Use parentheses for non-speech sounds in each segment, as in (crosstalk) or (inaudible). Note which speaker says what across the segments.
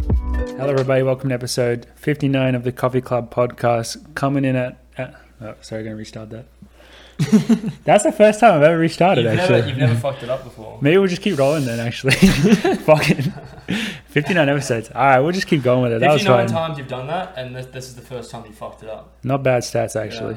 Speaker 1: Hello, everybody. Welcome to episode 59 of the Coffee Club podcast. Coming in at. at oh, sorry, I'm going to restart
Speaker 2: (laughs)
Speaker 1: that. That's the first time I've ever restarted,
Speaker 2: You've
Speaker 1: actually.
Speaker 2: never, you've never fucked it up before.
Speaker 1: Maybe we'll just keep rolling then, actually.
Speaker 2: (laughs)
Speaker 1: Fucking 59 episodes. All right, we'll just keep going with it. That was
Speaker 2: 59
Speaker 1: fun.
Speaker 2: times you've done that, and this, this is the first time you fucked it up.
Speaker 1: Not bad stats, actually.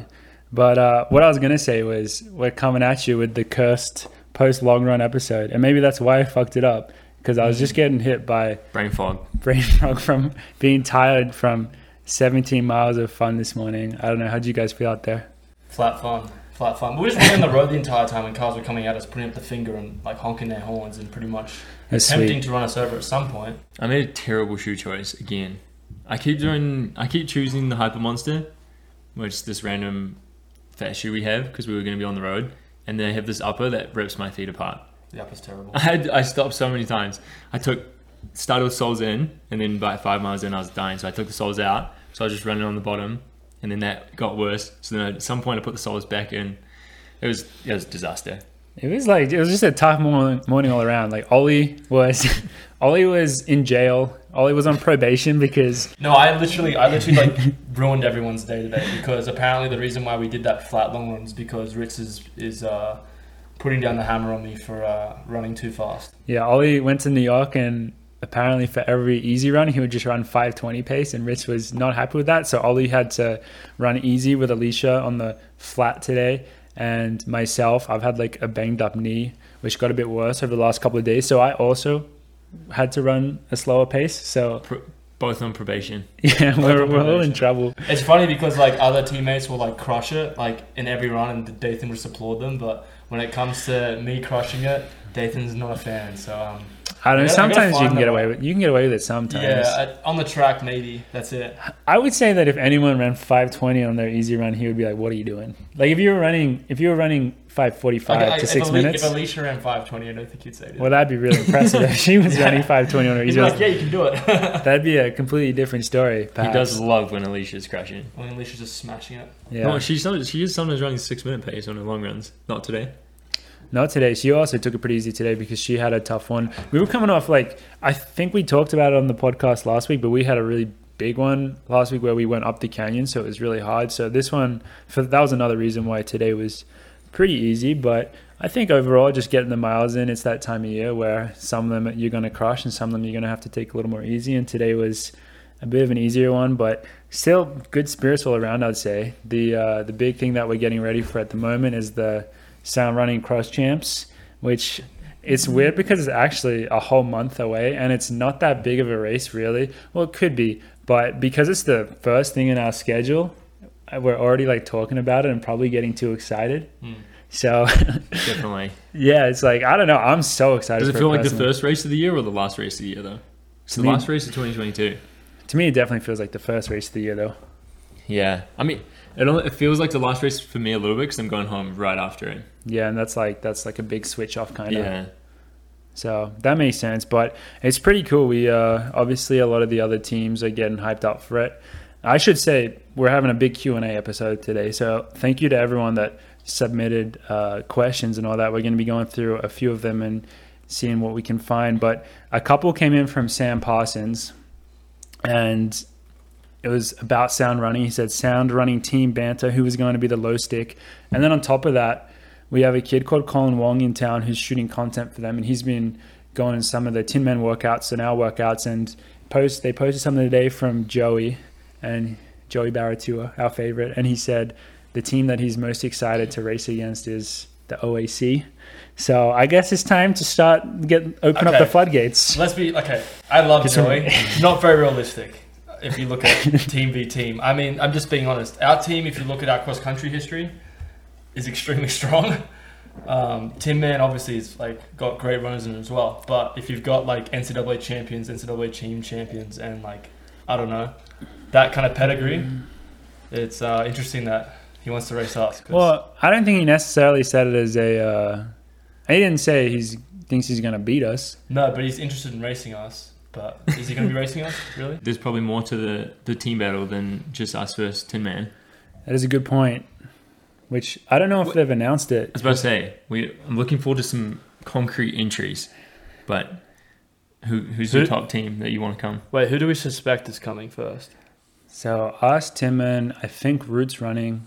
Speaker 1: But uh, what I was going to say was we're coming at you with the cursed post long run episode. And maybe that's why I fucked it up because I was just getting hit by (laughs)
Speaker 3: Brain fog.
Speaker 1: brain fog from being tired from 17 miles of fun this morning. I don't know. How'd you guys feel out there?
Speaker 2: Flat fun. Flat fun. We were just running the road the entire time, and cars were coming at us, putting up the finger and like honking their horns and pretty much
Speaker 1: That's
Speaker 2: attempting
Speaker 1: sweet.
Speaker 2: to run us over at some point.
Speaker 3: I made a terrible shoe choice again. I keep doing. I keep choosing the Hyper Monster, which is this random fat shoe we have because we were going to be on the road, and they have this upper that rips my feet apart. (laughs)
Speaker 2: The up is terrible.
Speaker 3: I had I stopped so many times. I took started with soles in, and then about five miles in, I was dying, so I took the soles out. So I was just running on the bottom, and then that got worse. So then at some point, I put the soles back in. It was it was a disaster.
Speaker 1: It was like it was just a tough morning, morning all around. Like Ollie was, (laughs) Ollie was in jail. Ollie was on probation because
Speaker 2: No, I literally, I
Speaker 1: (laughs)
Speaker 2: literally like ruined everyone's day today because apparently the reason why we did that flat long run is because Ritz is is uh, putting down the hammer on me for uh, running too fast.
Speaker 1: yeah, Ollie went to New York and apparently for every easy run he would just run 520 pace and Rich was not happy with that. So Ollie had to run easy with Alicia on the flat today and myself I've had like a banged up knee which got a bit worse over the last couple of days. So I also had to run a slower pace. So (laughs)
Speaker 3: Pro, both on probation.
Speaker 1: yeah, we're, we're all in
Speaker 2: Probation.
Speaker 1: trouble.
Speaker 2: It's funny because like other teammates will like crush it like in every run and Dathan will just applaud them, but when it comes to me crushing it, Dathan's not a fan. So um,
Speaker 1: I don't know.
Speaker 2: I gotta- I gotta
Speaker 1: Sometimes you
Speaker 2: find
Speaker 1: can get
Speaker 2: that
Speaker 1: away
Speaker 2: one.
Speaker 1: with you can get away with it sometimes.
Speaker 2: yeah, I, on the track maybe that's it.
Speaker 1: I would say that if anyone ran 520 on their easy run, he would be like, "What are you doing?" Like if you were running, if you were running 545
Speaker 2: Like, I-
Speaker 1: to
Speaker 2: if,
Speaker 1: six
Speaker 2: Ali-
Speaker 1: minutes,
Speaker 2: if Alicia ran five twenty, I don't think you'd say that.
Speaker 1: well, that'd be really impressive.
Speaker 2: (laughs)
Speaker 1: if she was
Speaker 2: Yeah.
Speaker 1: running 520 on her
Speaker 2: He's
Speaker 1: easy run,
Speaker 2: like, yeah, you can do it. (laughs)
Speaker 1: that'd be a completely different story. Perhaps.
Speaker 3: He does love when Alicia's crashing.
Speaker 2: when Alicia's just smashing it.
Speaker 1: Yeah.
Speaker 3: No, she's sometimes, she is sometimes running six minute pace on her long runs. Not today.
Speaker 1: Not today. She also took it pretty easy today because she had a tough one. We were coming off like I think we talked about it on the podcast last week, but we had a really big one last week where we went up the canyon, so it was really hard. So this one for that was another reason why today was pretty easy, but I think overall just getting the miles in, it's that time of year where some of them you're going to crush and some of them you're going to have to take a little more easy and today was a bit of an easier one, but still good spirits all around, I'd say. The uh, the big thing that we're getting ready for at the moment is the Sound Running Cross Champs, which it's weird because it's actually a whole month away and it's not that big of a race, really. Well, it could be, but because it's the first thing in our schedule, uh, we're already like talking about it and probably getting too excited.
Speaker 2: Hmm.
Speaker 1: So, (laughs)
Speaker 3: Definitely.
Speaker 1: yeah, it's like, I don't know. I'm so excited.
Speaker 3: (laughs) Does it
Speaker 1: for
Speaker 3: feel like the
Speaker 1: personally.
Speaker 3: first race of the year or the last race of the year though? It's
Speaker 1: To
Speaker 3: the
Speaker 1: me-
Speaker 3: last race of 2022.
Speaker 1: To me, it definitely feels like the first race of the year, though.
Speaker 3: Yeah. I mean, it, only, it feels like the last race for me a little bit because I'm going home right after it.
Speaker 1: Yeah, and that's like that's like a big switch off kind of.
Speaker 3: Yeah.
Speaker 1: So that makes sense, but it's pretty cool. We uh, obviously a lot of the other teams are getting hyped up for it. I should say we're having a big Q and A episode today, so thank you to everyone that submitted uh, questions and all that. We're going to be going through a few of them and seeing what we can find. But a couple came in from Sam Parsons, and it was about sound running. He said sound running team banter, who was going to be the low stick, and then on top of that. We have a kid called Colin Wong in town who's shooting content for them, and he's been going in some of the Tin Man workouts and our workouts. And post they posted something today from Joey and Joey Baratua, our favorite, and he said the team that he's most excited to race against is the OAC. So I guess it's time to start get open up
Speaker 2: Okay.
Speaker 1: the floodgates.
Speaker 2: Let's be okay. I love
Speaker 1: It's all-
Speaker 2: Joey. (laughs) Not very realistic. If you look at team v team, I mean, I'm just being honest. Our team, if you look at our cross country history, is extremely (laughs) strong. Um, Tim Man obviously has like got great runners in as well. But if you've got like NCAA champions, NCAA team champions, and like I don't know that kind of pedigree, it's uh, interesting that he wants to race us. 'cause-
Speaker 1: Well, I don't think he necessarily said it as a. Uh, he didn't say he's thinks he's going to beat us.
Speaker 2: no, but he's interested in racing us. But is he going to be racing us really?
Speaker 3: There's probably more to the, the team battle than just us versus Tin Man.
Speaker 1: That is a good point. Which I don't know if
Speaker 3: Wh-
Speaker 1: they've announced
Speaker 3: I
Speaker 1: it.
Speaker 3: was about to say, we, I'm looking forward to some concrete entries, but Who, who's
Speaker 2: Who-
Speaker 3: your top team that you want to come?
Speaker 2: Wait, who do we suspect is coming first?
Speaker 1: So us, Timman, I think Root's running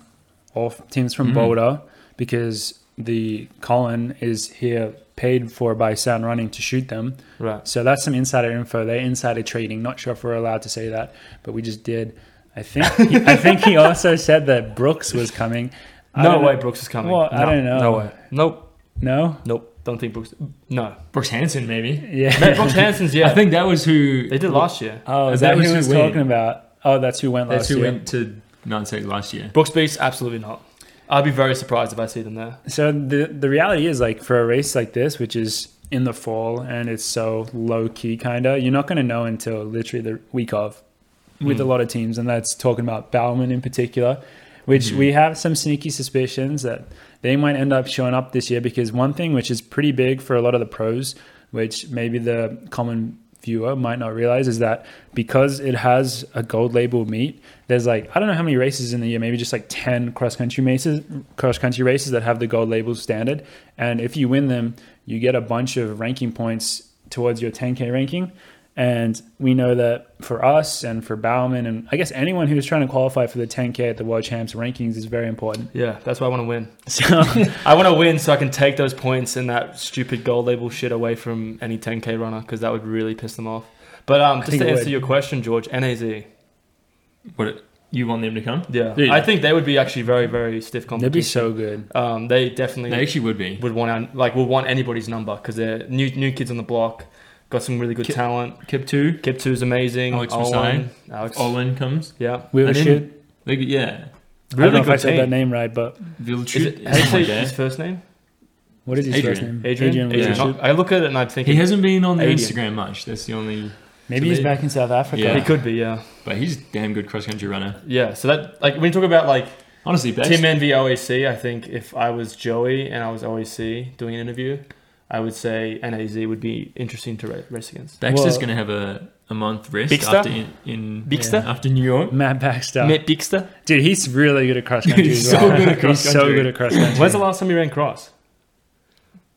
Speaker 1: off teams from
Speaker 2: Mm-hmm.
Speaker 3: Mm.
Speaker 1: Boulder because the Colin is here paid for by Sound Running to shoot them.
Speaker 2: Right.
Speaker 1: So that's some insider info. They're insider trading. Not sure if we're allowed to say that, but we just did. I think I think
Speaker 2: (laughs)
Speaker 1: he also said that Brooks was coming. I
Speaker 2: No
Speaker 1: don't
Speaker 2: way
Speaker 1: know-
Speaker 2: Brooks is coming.
Speaker 1: Well, I
Speaker 2: No,
Speaker 1: don't know.
Speaker 2: No way. Nope.
Speaker 1: No?
Speaker 2: Nope. Don't think Brooks. No.
Speaker 3: Brooks Hansen, maybe.
Speaker 2: No,
Speaker 1: Yeah.
Speaker 2: (laughs) Brooks Hansen's, yeah.
Speaker 3: I think that was who
Speaker 2: they did last year.
Speaker 1: oh,
Speaker 3: Is
Speaker 1: is that,
Speaker 3: that who
Speaker 1: who
Speaker 3: was
Speaker 1: was
Speaker 3: winning?
Speaker 1: talking about? Oh, that's who went
Speaker 3: That's
Speaker 1: last
Speaker 3: who
Speaker 1: year.
Speaker 3: went to Mount Tech last year.
Speaker 2: Brooks Beast, absolutely not. I'd be very surprised if I see them there.
Speaker 1: So the the reality is like for a race like this, which is in the fall and it's so low key kind of, you're not going to know until literally the week of with a
Speaker 3: Mm.
Speaker 1: lot of teams, and that's talking about Bowman in particular, which
Speaker 3: Mhm.
Speaker 1: we have some sneaky suspicions that they might end up showing up this year because one thing which is pretty big for a lot of the pros, which maybe the common viewer might not realize is that because it has a gold label meet there's like i don't know how many races in the year maybe just like 10 cross country races cross country races that have the gold label standard and if you win them you get a bunch of ranking points towards your 10k ranking and we know that for us and for Bauman and I guess anyone who's trying to qualify for the 10k at the world champs rankings is very important
Speaker 2: Yeah, that's why I want to win.
Speaker 1: (laughs) so
Speaker 2: (laughs) I want to win so I can take those points and that stupid gold label shit away from any 10k runner because that would really piss them off. But um, just
Speaker 1: think
Speaker 2: to
Speaker 1: it
Speaker 2: answer
Speaker 1: would.
Speaker 2: your question, George, NAZ.
Speaker 3: What you want them to come?
Speaker 2: Yeah,
Speaker 3: Yeah.
Speaker 2: I think they would be actually very, very stiff
Speaker 1: they'd
Speaker 2: competition.
Speaker 1: be so good
Speaker 2: Um, they definitely
Speaker 3: They actually would be.
Speaker 2: would want our, like would want anybody's number because they're new new kids on the block, got some really good
Speaker 3: Kip-
Speaker 2: talent.
Speaker 3: Kip two,
Speaker 2: Kip two's amazing.
Speaker 3: Alex
Speaker 2: Owen, Alex,
Speaker 3: Olin comes.
Speaker 2: yeah,
Speaker 1: we
Speaker 3: I
Speaker 1: would
Speaker 3: didn't-
Speaker 1: shoot
Speaker 3: Like, yeah,
Speaker 1: I don't know
Speaker 2: really
Speaker 1: if I
Speaker 2: good
Speaker 1: said that
Speaker 2: team.
Speaker 1: name right, but
Speaker 2: Is
Speaker 3: Vilchut.
Speaker 2: it, how do you say his first name?
Speaker 1: what is his
Speaker 3: Adrian.
Speaker 1: first name?
Speaker 2: Adrian.
Speaker 1: Adrian.
Speaker 3: Adrian.
Speaker 1: Wilson.
Speaker 3: Wilson.
Speaker 2: Oh, I look at it and I'm thinking
Speaker 3: He hasn't been on the
Speaker 2: Adrian.
Speaker 3: Instagram much. That's the only.
Speaker 1: Maybe he's
Speaker 2: Maybe-
Speaker 1: back in South Africa.
Speaker 3: Yeah.
Speaker 2: he could be. Yeah,
Speaker 3: But he's a damn good cross country runner.
Speaker 2: yeah. So that like when you talk about like
Speaker 3: Honestly, best.
Speaker 2: Tim Envy OAC, I think if I was Joey and I was OAC doing an interview, I would say NAZ would be interesting to ra- race against.
Speaker 3: Baxter's
Speaker 1: Well-
Speaker 3: gonna have a, a month rest
Speaker 2: Bigster?
Speaker 3: after in, in
Speaker 2: Bigster?
Speaker 3: after New York.
Speaker 1: Matt Baxter.
Speaker 2: Matt Bixter.
Speaker 1: Dude, he's really good at cross country.
Speaker 3: He's
Speaker 1: as well.
Speaker 3: so good at cross
Speaker 1: He's so
Speaker 3: country.
Speaker 1: good at cross country.
Speaker 2: When's the last time you ran cross?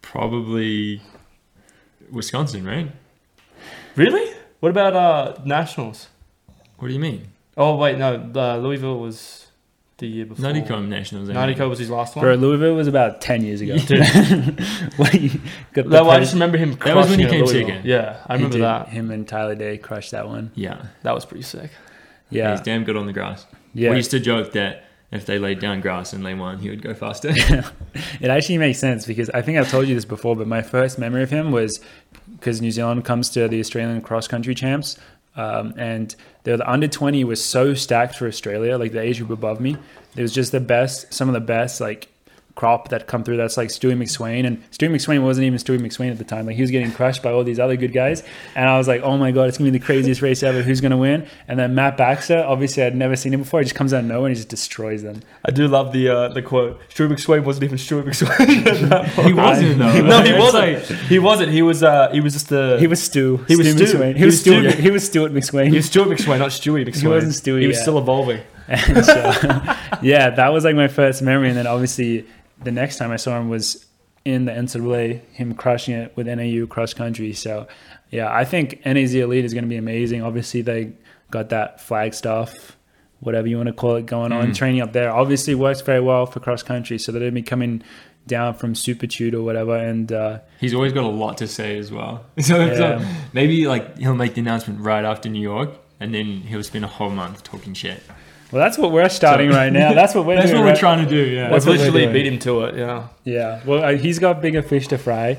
Speaker 3: Probably Wisconsin, right?
Speaker 2: Really? What about uh, nationals?
Speaker 3: What do you mean?
Speaker 2: Oh wait, no. Uh, Louisville was the year before.
Speaker 3: Nuttycombe Nationals. I mean.
Speaker 2: Nuttycombe was his last
Speaker 1: Bro,
Speaker 2: one.
Speaker 1: Louisville was about 10 years ago. (laughs)
Speaker 2: Dude,
Speaker 1: When he got the
Speaker 2: no, I
Speaker 1: post-
Speaker 2: just remember him.
Speaker 3: That was when
Speaker 2: crushing
Speaker 3: he
Speaker 2: at
Speaker 3: came
Speaker 2: Louisville.
Speaker 3: second.
Speaker 2: Yeah, I
Speaker 1: he
Speaker 2: remember
Speaker 1: did-
Speaker 2: that.
Speaker 1: Him and Tyler Day crushed that one.
Speaker 3: Yeah.
Speaker 2: That was pretty sick.
Speaker 1: Yeah.
Speaker 3: He's damn good on the grass.
Speaker 1: yeah.
Speaker 3: We used to joke that if they laid down grass and lay one, he would go faster.
Speaker 1: It actually makes sense because I think I've told you this before, but my first memory of him was because New Zealand comes to the Australian cross country champs, um, and the, the under twenty was so stacked for Australia, like the age group above me. It was just the best, some of the best, like crop that come through. That's like Stewie McSwain, and Stewie McSwain wasn't even Stewie McSwain at the time. Like he was getting crushed by all these other good guys, and I was like, oh my god, it's gonna be the craziest race ever. Who's gonna win? And then Matt Baxter, obviously I'd never seen him before. He just comes out of nowhere and he just destroys them.
Speaker 2: I do love the uh, the quote. Stuart McSwain wasn't even Stuart (laughs) McSwain. at that point.
Speaker 3: he wasn't though.
Speaker 2: no, he
Speaker 3: It's
Speaker 2: wasn't.
Speaker 3: like-
Speaker 2: he wasn't. He was. Uh, he was just the.
Speaker 1: (laughs) He was Stu.
Speaker 2: He was Stu.
Speaker 1: McSwain. He was
Speaker 2: He was
Speaker 1: Stu.
Speaker 2: Stu.
Speaker 1: He was Stuart McSwain.
Speaker 2: He was Stuart McSwain, not Stewie McSwain.
Speaker 1: wasn't Stewie
Speaker 2: He was
Speaker 1: yet.
Speaker 2: still evolving.
Speaker 1: (laughs) And so, (laughs) yeah, that was like my first memory. And then obviously the next time I saw him was in the NCAA, him crushing it with NAU cross country. So yeah, I think NAZ Elite is going to be amazing. Obviously they got that flag stuff, whatever you want to call it, going on.
Speaker 3: Mm.
Speaker 1: Training up there obviously works very well for cross country. So they'll be coming down from Supertude or whatever. And uh,
Speaker 3: He's always got a lot to say as well. (laughs) So, so
Speaker 1: Yeah.
Speaker 3: maybe like he'll make the announcement right after New York, and then he'll spend a whole month talking shit.
Speaker 1: well, that's what we're starting right now. That's what we're
Speaker 3: (laughs) That's
Speaker 1: doing
Speaker 3: what
Speaker 1: right
Speaker 3: we're trying to do. Yeah.
Speaker 1: That's
Speaker 2: That's
Speaker 1: what we're
Speaker 2: literally
Speaker 1: doing.
Speaker 2: beat him to it. Yeah.
Speaker 1: Yeah, well, uh, he's got bigger fish to fry,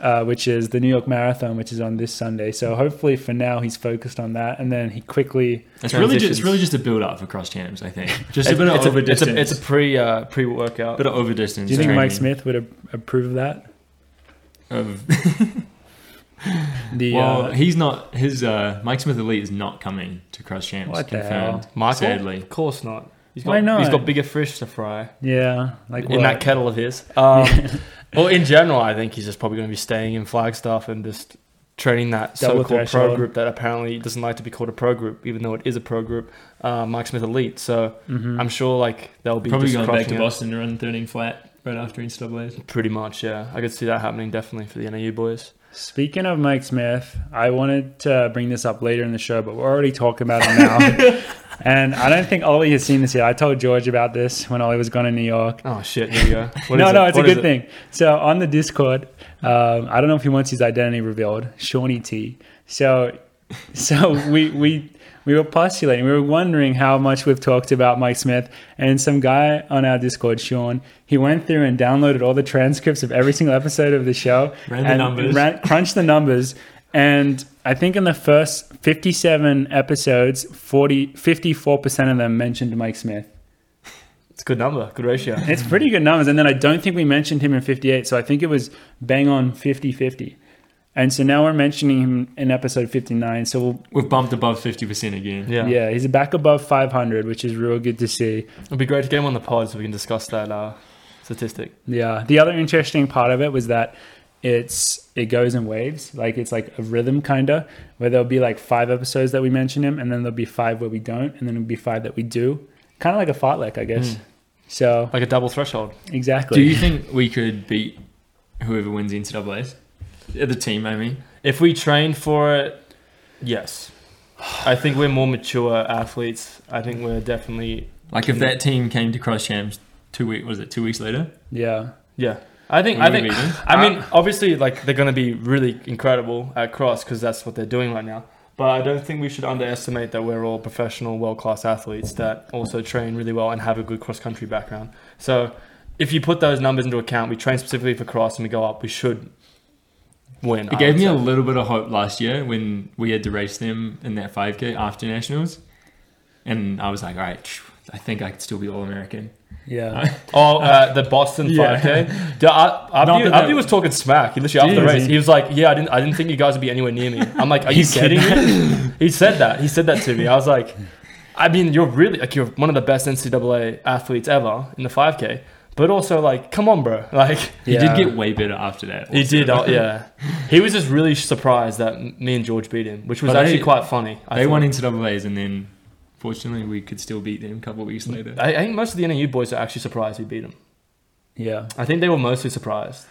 Speaker 1: uh, which is the New York Marathon, which is on this Sunday. So hopefully, for now, he's focused on that, and then he quickly.
Speaker 3: it's really just it's
Speaker 2: transitions.
Speaker 3: really just a build up for cross champs. I think just a
Speaker 2: It's-
Speaker 3: bit of
Speaker 2: it's
Speaker 3: over
Speaker 2: it's a-
Speaker 3: distance.
Speaker 2: It's a, pre uh, pre workout.
Speaker 3: bit of over distance.
Speaker 1: Do you think Mike
Speaker 3: training
Speaker 1: Smith would a- approve of that?
Speaker 3: Of,
Speaker 1: (laughs) The
Speaker 3: well,
Speaker 1: uh,
Speaker 3: he's not. His uh, Mike Smith elite is not coming to cross champs.
Speaker 1: What the
Speaker 3: confirmed.
Speaker 2: Michael?
Speaker 3: Sadly,
Speaker 2: Of course not. He's got,
Speaker 1: Why not?
Speaker 2: He's got bigger fish to fry
Speaker 1: yeah, like
Speaker 2: in
Speaker 1: what?
Speaker 2: that kettle of
Speaker 1: (laughs)
Speaker 2: his. Um, well, in general, I think he's just probably going to be staying in Flagstaff and just training that
Speaker 1: Double
Speaker 2: so-called pro
Speaker 1: threshold.
Speaker 2: group that apparently doesn't like to be called a pro group, even though it is a pro group. Uh, Mike Smith Elite. So
Speaker 1: Mhm.
Speaker 2: I'm sure like they'll be
Speaker 3: probably
Speaker 2: just
Speaker 3: going back
Speaker 2: crushing
Speaker 3: to
Speaker 2: it.
Speaker 3: Boston to run 13 flat right after NCAA's.
Speaker 2: Pretty much, yeah. I could see that happening definitely for the NAU boys.
Speaker 1: Speaking of Mike Smith, I wanted to bring this up later in the show, but we're already talking about it
Speaker 2: (laughs)
Speaker 1: now. and I don't think Ollie has seen this yet. I told George about this when Ollie was gone to New York.
Speaker 3: Oh shit! Here
Speaker 1: (laughs)
Speaker 3: we go. What
Speaker 1: no,
Speaker 3: is
Speaker 1: no,
Speaker 3: it?
Speaker 1: it's
Speaker 3: What
Speaker 1: a
Speaker 3: is
Speaker 1: good
Speaker 3: it?
Speaker 1: thing. So on the Discord, um, I don't know if he wants his identity revealed, Shawnee T. So, so we we we were postulating, we were wondering how much we've talked about Mike Smith, and some guy on our Discord, Sean, he went through and downloaded all the transcripts of every single episode of the show,
Speaker 3: Ran the
Speaker 1: and
Speaker 3: numbers.
Speaker 1: ran- crunched the numbers. And I think in the first 57 episodes, 40, 54% of them mentioned Mike Smith.
Speaker 2: It's a good number, good
Speaker 1: (laughs)
Speaker 2: ratio.
Speaker 1: It's pretty good numbers. And then I don't think we mentioned him in 58. So I think it was bang on 50 50. And so now we're mentioning him in episode 59. So we'll,
Speaker 3: We've bumped above fifty percent again.
Speaker 2: Yeah.
Speaker 1: yeah. he's back above 500, which is real good to see.
Speaker 2: It'd be great to get him on the pod so we can discuss that uh, statistic.
Speaker 1: Yeah. The other interesting part of it was that it's it goes in waves like it's like a rhythm kind of where there'll be like five episodes that we mention him and then there'll be five where we don't and then it'll be five that we do kind of like a fartlek i guess
Speaker 2: Mm.
Speaker 1: so
Speaker 2: Like a double threshold.
Speaker 1: exactly
Speaker 3: Hmm. Do you think we could beat whoever wins NCAA's? Yeah, The team, I mean.
Speaker 2: If we train for it, yes. I think we're more mature athletes. I think we're definitely
Speaker 3: Like if that team came to cross champs two week was it two weeks later?
Speaker 1: yeah
Speaker 2: yeah. I think
Speaker 3: Would
Speaker 2: I
Speaker 3: we
Speaker 2: think
Speaker 3: beat them?
Speaker 2: I mean obviously like they're going to be really incredible at cross because that's what they're doing right now. But I don't think we should underestimate that we're all professional, world class athletes that also train really well and have a good cross country background. So if you put those numbers into account, we train specifically for cross and we go up, we should win. I
Speaker 3: It gave
Speaker 2: would
Speaker 3: me a
Speaker 2: say.
Speaker 3: little bit of hope last year when we had to race them in that 5K after nationals, and I was like, all right, phew, I think I could still be all American.
Speaker 1: yeah
Speaker 2: Oh, uh, the Boston
Speaker 3: (laughs)
Speaker 2: 5K. Dude, I,
Speaker 3: Not
Speaker 2: Abdi,
Speaker 3: that
Speaker 2: Abdi
Speaker 3: that-
Speaker 2: was talking smack. He literally after the
Speaker 1: Jeez.
Speaker 2: race, he was like, "Yeah, I didn't, I didn't think you guys would be anywhere near me." I'm like, "Are you
Speaker 3: said
Speaker 2: kidding me?" (laughs) He said that. He said that to me. I was like, "I mean, you're really like you're one of the best NCAA athletes ever in the 5K, but also like, come on, bro. (laughs) Like,
Speaker 3: He
Speaker 1: Yeah. oh,
Speaker 3: did get way better after that.
Speaker 2: he
Speaker 3: also.
Speaker 2: did. uh, yeah, he was just really surprised that me and George beat him, which was
Speaker 3: But they-
Speaker 2: actually quite funny. I
Speaker 3: (laughs) They
Speaker 2: thought.
Speaker 3: won NCAA's, and then fortunately we could still beat them a couple of weeks later.
Speaker 2: I, I think most of the NAU boys are actually surprised we beat him.
Speaker 1: yeah
Speaker 2: I think they were mostly surprised,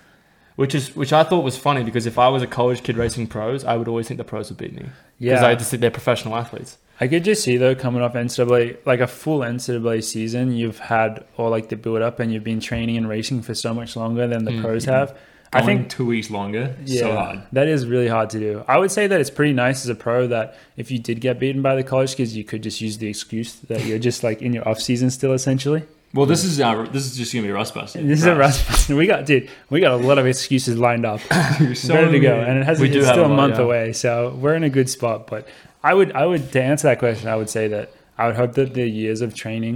Speaker 2: which is which I thought was funny because if I was a college kid racing pros, I would always think the pros would beat me
Speaker 1: yeah
Speaker 2: because I just think they're professional athletes.
Speaker 1: I could just see though coming off NCAA like a full NCAA season, you've had all like the build up and you've been training and racing for so much longer than the
Speaker 2: Mm.
Speaker 1: pros have. I
Speaker 3: Going
Speaker 1: think
Speaker 3: two weeks longer,
Speaker 1: yeah,
Speaker 3: so hard.
Speaker 1: that is really hard to do. I would say that it's pretty nice as a pro that if you did get beaten by the college kids, you could just use the excuse that you're just like in your off season still essentially.
Speaker 3: Well, this is our this is just gonna be a rust buster.
Speaker 1: This is a rust. (laughs) We got dude, we got a lot of excuses lined up.
Speaker 3: buster. so
Speaker 1: ready to go,
Speaker 3: many.
Speaker 1: and it has
Speaker 2: We
Speaker 1: it's
Speaker 2: do have
Speaker 1: still
Speaker 2: a
Speaker 1: a
Speaker 2: lot,
Speaker 1: month
Speaker 2: yeah.
Speaker 1: away, so we're in a good spot. But I would, I would to answer that question, I would say that I would hope that the years of training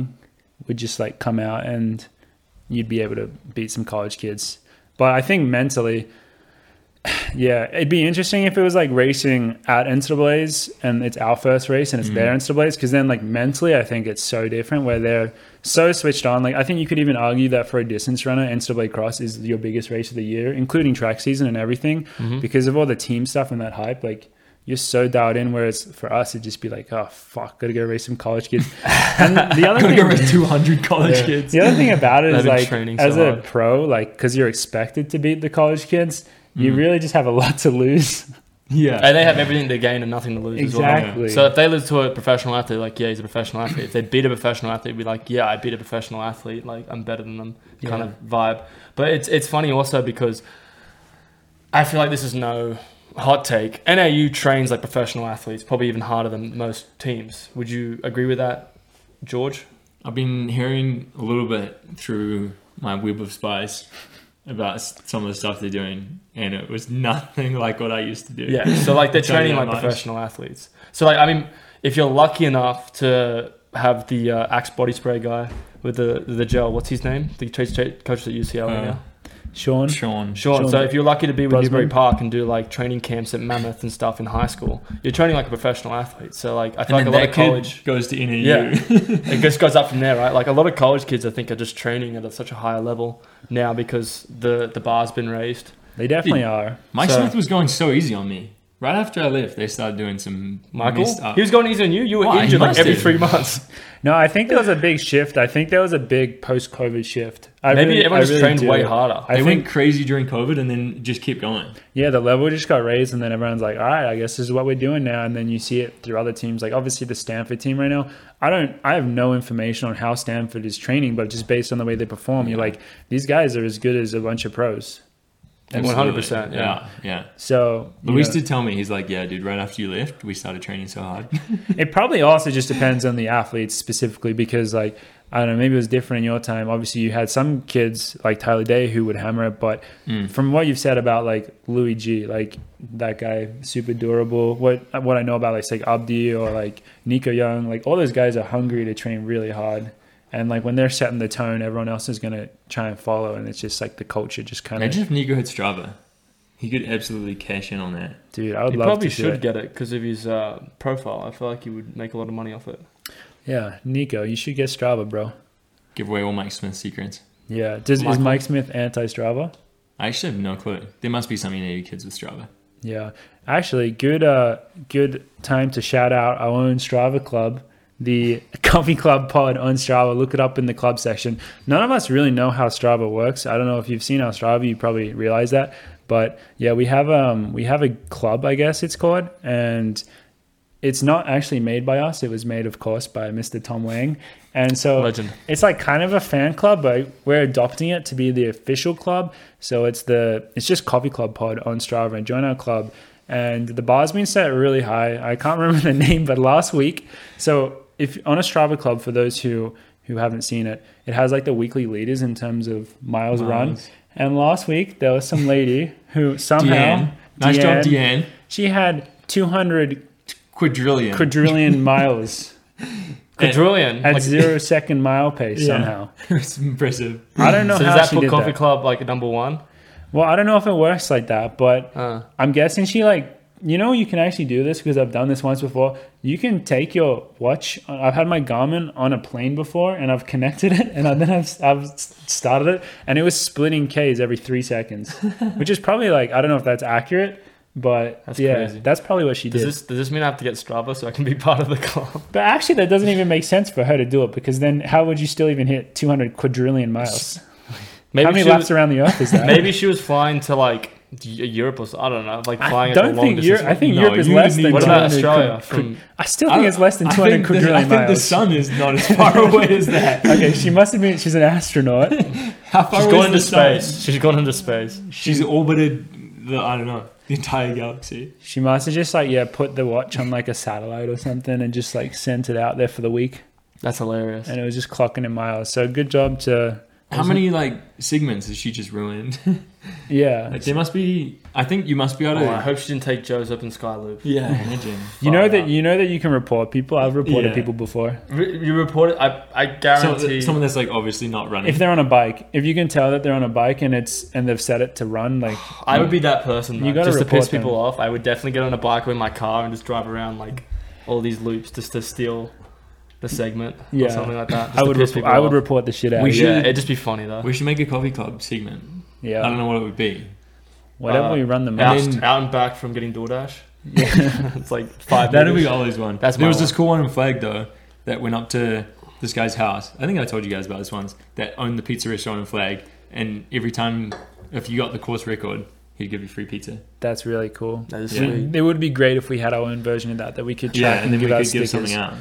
Speaker 1: would just like come out, and you'd be able to beat some college kids. But I think mentally, (sighs) yeah, it'd be interesting if it was like racing at NCAA's and it's our first race and it's
Speaker 2: Mm-hmm.
Speaker 1: their NCAA's because then like mentally, I think it's so different where they're so switched on. Like I think you could even argue that for a distance runner, NCAA cross is your biggest race of the year, including track season and everything,
Speaker 2: Mm-hmm.
Speaker 1: because of all the team stuff and that hype. Like you're so dialed in. Whereas for us, it'd just be like, oh fuck, gotta go race some college
Speaker 2: (laughs)
Speaker 1: kids. and the other
Speaker 3: Gotta
Speaker 1: thing, (laughs)
Speaker 3: go with two hundred college
Speaker 1: yeah.
Speaker 3: kids.
Speaker 1: The other thing about it
Speaker 2: They've
Speaker 1: is
Speaker 2: been
Speaker 1: like
Speaker 2: training
Speaker 1: as
Speaker 2: so
Speaker 1: a
Speaker 2: hard.
Speaker 1: pro, like because you're expected to beat the college kids, you
Speaker 2: Mm-hmm.
Speaker 1: really just have a lot to lose. (laughs)
Speaker 3: Yeah,
Speaker 2: And they have everything to gain and nothing to lose as
Speaker 1: exactly.
Speaker 2: well. So if they lose to a professional athlete, like yeah, he's a professional athlete. If they beat a professional athlete, be like yeah, I beat a professional athlete. Like I'm better than them, kind
Speaker 1: Yeah.
Speaker 2: of vibe. But it's it's funny also because I feel like this is no hot take. NAU trains like professional athletes, probably even harder than most teams. Would you agree with that, George?
Speaker 3: I've been hearing a little bit through my web of spies about s- some of the stuff they're doing, and it was nothing (laughs) like what I used to do.
Speaker 2: Yeah. So like
Speaker 3: (laughs)
Speaker 2: they're
Speaker 3: Don't you
Speaker 2: training
Speaker 3: know
Speaker 2: like
Speaker 3: much?
Speaker 2: professional athletes. So like I mean, if you're lucky enough to have the uh, Axe body spray guy with the the gel, what's his name? The tra- tra- coach at UCLA
Speaker 3: Uh,
Speaker 2: now.
Speaker 1: Sean,
Speaker 3: Sean.
Speaker 2: Sure.
Speaker 1: Sean
Speaker 2: so if you're lucky to be with
Speaker 1: Brosman.
Speaker 2: Newbury Park and do like training camps at Mammoth and stuff in high school, you're training like a professional athlete. So like I feel
Speaker 3: And then
Speaker 2: like a lot
Speaker 3: that
Speaker 2: of
Speaker 3: kid
Speaker 2: college,
Speaker 3: goes to NAU.
Speaker 2: Yeah. it just goes up from there, right? Like a lot of college kids, I think, are just training at such a higher level now because the the bar's been raised.
Speaker 1: they definitely are.
Speaker 3: Mike
Speaker 2: So-
Speaker 3: Smith was going so easy on me. Right after I left, they started doing some
Speaker 2: Michael,
Speaker 3: messed up-
Speaker 2: he was going easy on you. You were
Speaker 3: Why? He
Speaker 2: injured like
Speaker 3: must
Speaker 2: every
Speaker 3: have.
Speaker 2: three months.
Speaker 1: No, I think there was a big shift. I think there was a big post-COVID shift. I
Speaker 2: Maybe
Speaker 1: really-
Speaker 2: everyone
Speaker 1: I
Speaker 2: just
Speaker 1: really
Speaker 2: trained
Speaker 1: do.
Speaker 2: way harder.
Speaker 1: I
Speaker 3: they
Speaker 1: think
Speaker 3: went crazy during COVID and then just kept going.
Speaker 1: yeah, the level just got raised, and then everyone's like, "All right, I guess this is what we're doing now." And then you see it through other teams, like obviously the Stanford team right now. I don't, I have no information on how Stanford is training, but just based on the way they perform, you're like, these guys are as good as a bunch of pros.
Speaker 2: One hundred percent.
Speaker 3: Absolutely.
Speaker 2: Yeah.
Speaker 3: yeah. yeah.
Speaker 1: So you
Speaker 3: Luis
Speaker 1: know,
Speaker 3: did tell me he's like, yeah, dude. Right after you left, we started training so hard.
Speaker 1: it probably also just depends on the athletes specifically because like I don't know, maybe it was different in your time. Obviously, you had some kids like Tyler Day who would hammer it, but
Speaker 2: Mm.
Speaker 1: from what you've said about like Louis G, like that guy, super durable. What what I know about like like Abdi or like Nico Young, like all those guys are hungry to train really hard, and like when they're setting the tone, everyone else is gonna try and follow, and it's just like the culture just kind
Speaker 3: Imagine
Speaker 1: of.
Speaker 3: if Nico had Strava. He could absolutely cash in on that.
Speaker 1: Dude, I would
Speaker 2: He
Speaker 1: love
Speaker 2: probably
Speaker 1: to should.
Speaker 2: should get it because of his uh, profile. I feel like he would make a lot of money off it.
Speaker 1: Yeah, Nico, you should get Strava, bro.
Speaker 3: Give away all Mike Smith's secrets.
Speaker 1: Yeah, Does, is
Speaker 2: Michael?
Speaker 1: Mike Smith anti Strava?
Speaker 3: I actually have no clue. There must be something you need kids with Strava.
Speaker 1: Yeah, actually, good uh, good time to shout out our own Strava club, the (laughs) Comfy Club Pod on Strava. Look it up in the club section. None of us really know how Strava works. I don't know if you've seen our Strava. You probably realize that, but yeah, we have um we have a club, I guess it's called, and it's not actually made by us. It was made, of course, by Mr. Tom Lang, and so
Speaker 2: Legend.
Speaker 1: it's like kind of a fan club, but we're adopting it to be the official club. So it's the it's just Coffee Club Pod on Strava and join our club. And the bar's been set really high. I can't (laughs) remember the name, but last week. So if on a Strava club, for those who who haven't seen it, it has like the weekly leaders in terms of miles, run.
Speaker 3: Miles.
Speaker 1: And last week there was some lady who somehow
Speaker 3: Deanne. Nice job, Deanne.
Speaker 1: She had 200
Speaker 3: Quadrillion. (laughs)
Speaker 1: quadrillion miles
Speaker 2: (laughs) Quadrillion.
Speaker 1: at
Speaker 2: Like,
Speaker 1: zero second mile pace
Speaker 3: Yeah.
Speaker 1: somehow.
Speaker 3: it's impressive.
Speaker 1: I don't know
Speaker 2: so does
Speaker 1: how
Speaker 2: that
Speaker 1: she
Speaker 2: put
Speaker 1: did
Speaker 2: Coffee
Speaker 1: that.
Speaker 2: Club like at number one?
Speaker 1: Well, I don't know if it works like that, but
Speaker 2: Uh,
Speaker 1: I'm guessing she like you know you can actually do this because I've done this once before. You can take your watch. uh, I've had my Garmin on a plane before, and I've connected it, and then I've I've started it, and it was splitting k's every three seconds,
Speaker 2: (laughs)
Speaker 1: which is probably like I don't know if that's accurate, but
Speaker 2: That's
Speaker 1: yeah,
Speaker 2: crazy.
Speaker 1: that's probably what she
Speaker 2: does
Speaker 1: did.
Speaker 2: this does this mean I have to get Strava so I can be (laughs) part of the club?
Speaker 1: but actually, that doesn't even make sense for her to do it because then how would you still even hit 200 quadrillion miles?
Speaker 2: Maybe
Speaker 1: how many
Speaker 2: she
Speaker 1: laps
Speaker 2: was,
Speaker 1: around the earth is that?
Speaker 2: (laughs) Maybe she was flying to like Eu- Europe or so, I don't know, like
Speaker 1: I
Speaker 2: flying. at
Speaker 1: don't
Speaker 2: the long
Speaker 1: think
Speaker 2: distance.
Speaker 1: Europe. I think
Speaker 3: No,
Speaker 1: Europe is
Speaker 3: you
Speaker 1: less
Speaker 3: need-
Speaker 1: than.
Speaker 2: What about
Speaker 1: 200
Speaker 2: Australia?
Speaker 1: quid-
Speaker 2: From-
Speaker 1: I still think it's less than
Speaker 3: I
Speaker 1: 200
Speaker 3: think the-
Speaker 1: quadrillion
Speaker 3: I think the
Speaker 1: miles.
Speaker 3: sun is not as
Speaker 1: (laughs)
Speaker 3: far away as that.
Speaker 1: okay, she must have been. She's an astronaut.
Speaker 3: (laughs) How far
Speaker 2: She's
Speaker 3: away
Speaker 2: gone
Speaker 3: is
Speaker 2: into
Speaker 3: the sun?
Speaker 2: space. She's gone into space.
Speaker 3: She's orbited the I don't know the entire galaxy.
Speaker 1: She must have just like yeah, put the watch on like a satellite or something, and just like sent it out there for the week,
Speaker 2: That's hilarious.
Speaker 1: and it was just clocking in miles. So good job to
Speaker 3: How many like segments has she just ruined?
Speaker 1: yeah.
Speaker 3: like (laughs) there must be. I think you must be able
Speaker 2: Oh,
Speaker 3: to.
Speaker 2: I hope she didn't take Joe's open sky loop.
Speaker 3: Yeah, imagine.
Speaker 1: You know
Speaker 2: Far
Speaker 1: that
Speaker 2: out.
Speaker 1: you know that you can report people. I've reported
Speaker 3: Yeah.
Speaker 1: people before.
Speaker 2: Re- you reported. I I
Speaker 3: Some-
Speaker 2: guarantee.
Speaker 3: someone that's like obviously not running.
Speaker 1: If they're on a bike, if you can tell that they're on a bike and it's and they've set it to run, like
Speaker 2: I would be that person.
Speaker 1: You
Speaker 2: You
Speaker 1: gotta
Speaker 2: just to
Speaker 1: report
Speaker 2: piss people off. I would definitely get on a bike or in my car and just drive around like all these loops just to steal the segment
Speaker 1: Yeah.
Speaker 2: or something like that. just
Speaker 1: I
Speaker 2: to
Speaker 1: would
Speaker 2: piss
Speaker 1: report,
Speaker 2: people
Speaker 1: I would
Speaker 2: off.
Speaker 1: report the shit out.
Speaker 3: We
Speaker 1: of you.
Speaker 3: should-
Speaker 2: yeah, it'd just be funny though.
Speaker 3: we should make a coffee club segment. I don't
Speaker 1: yeah,
Speaker 3: know what it would be.
Speaker 1: whatever
Speaker 2: uh,
Speaker 1: we run the
Speaker 2: out,
Speaker 1: most.
Speaker 3: then-
Speaker 2: out and back from getting DoorDash. (laughs) it's like five.
Speaker 3: That'll
Speaker 2: minutes.
Speaker 3: be Ollie's one.
Speaker 2: That's
Speaker 3: there
Speaker 2: my
Speaker 3: was this cool one in Flag though that went up to this guy's house. I think I told you guys about this once. That owned the pizza restaurant in Flag, and every time if you got the course record, he'd give you free pizza.
Speaker 1: That's really cool.
Speaker 2: That is
Speaker 3: Yeah.
Speaker 2: sweet.
Speaker 1: It would be great if we had our own version of that that we could track
Speaker 3: Yeah,
Speaker 1: and,
Speaker 3: and then we
Speaker 1: give out
Speaker 3: could give
Speaker 1: stickers.
Speaker 3: something out.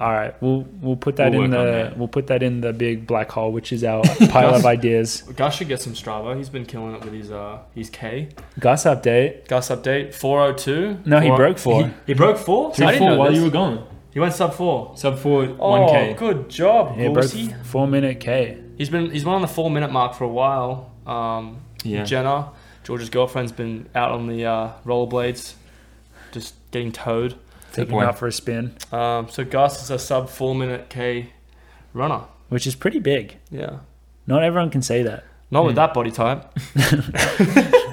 Speaker 1: All right, we'll we'll put that
Speaker 3: We'll
Speaker 1: in
Speaker 3: work on
Speaker 1: the
Speaker 3: that.
Speaker 1: we'll put that in the big black hole, which is
Speaker 3: (laughs)
Speaker 1: our pile of ideas.
Speaker 2: Gus should get some Strava. He's been killing it with his uh his K.
Speaker 1: Gus update.
Speaker 2: Gus update four oh two.
Speaker 1: No, he broke four.
Speaker 2: He, he broke four.
Speaker 3: Three
Speaker 2: I didn't
Speaker 3: four
Speaker 2: know
Speaker 3: while
Speaker 2: this.
Speaker 3: you were gone.
Speaker 2: He went sub four.
Speaker 3: Sub four,
Speaker 2: Oh,
Speaker 3: one k.
Speaker 2: good job,
Speaker 1: Yeah, broke
Speaker 2: Horsey.
Speaker 1: four minute K.
Speaker 2: He's been he's been on the four minute mark for a while. Um,
Speaker 3: Yeah.
Speaker 2: Jenna, George's girlfriend's been out on the uh, rollerblades, just getting towed.
Speaker 1: Take him
Speaker 3: boy.
Speaker 1: out for a spin,
Speaker 2: Um, so Gus is a sub four minute k runner.
Speaker 1: which is pretty big.
Speaker 2: Yeah,
Speaker 1: Not everyone can say that.
Speaker 2: not with that body type,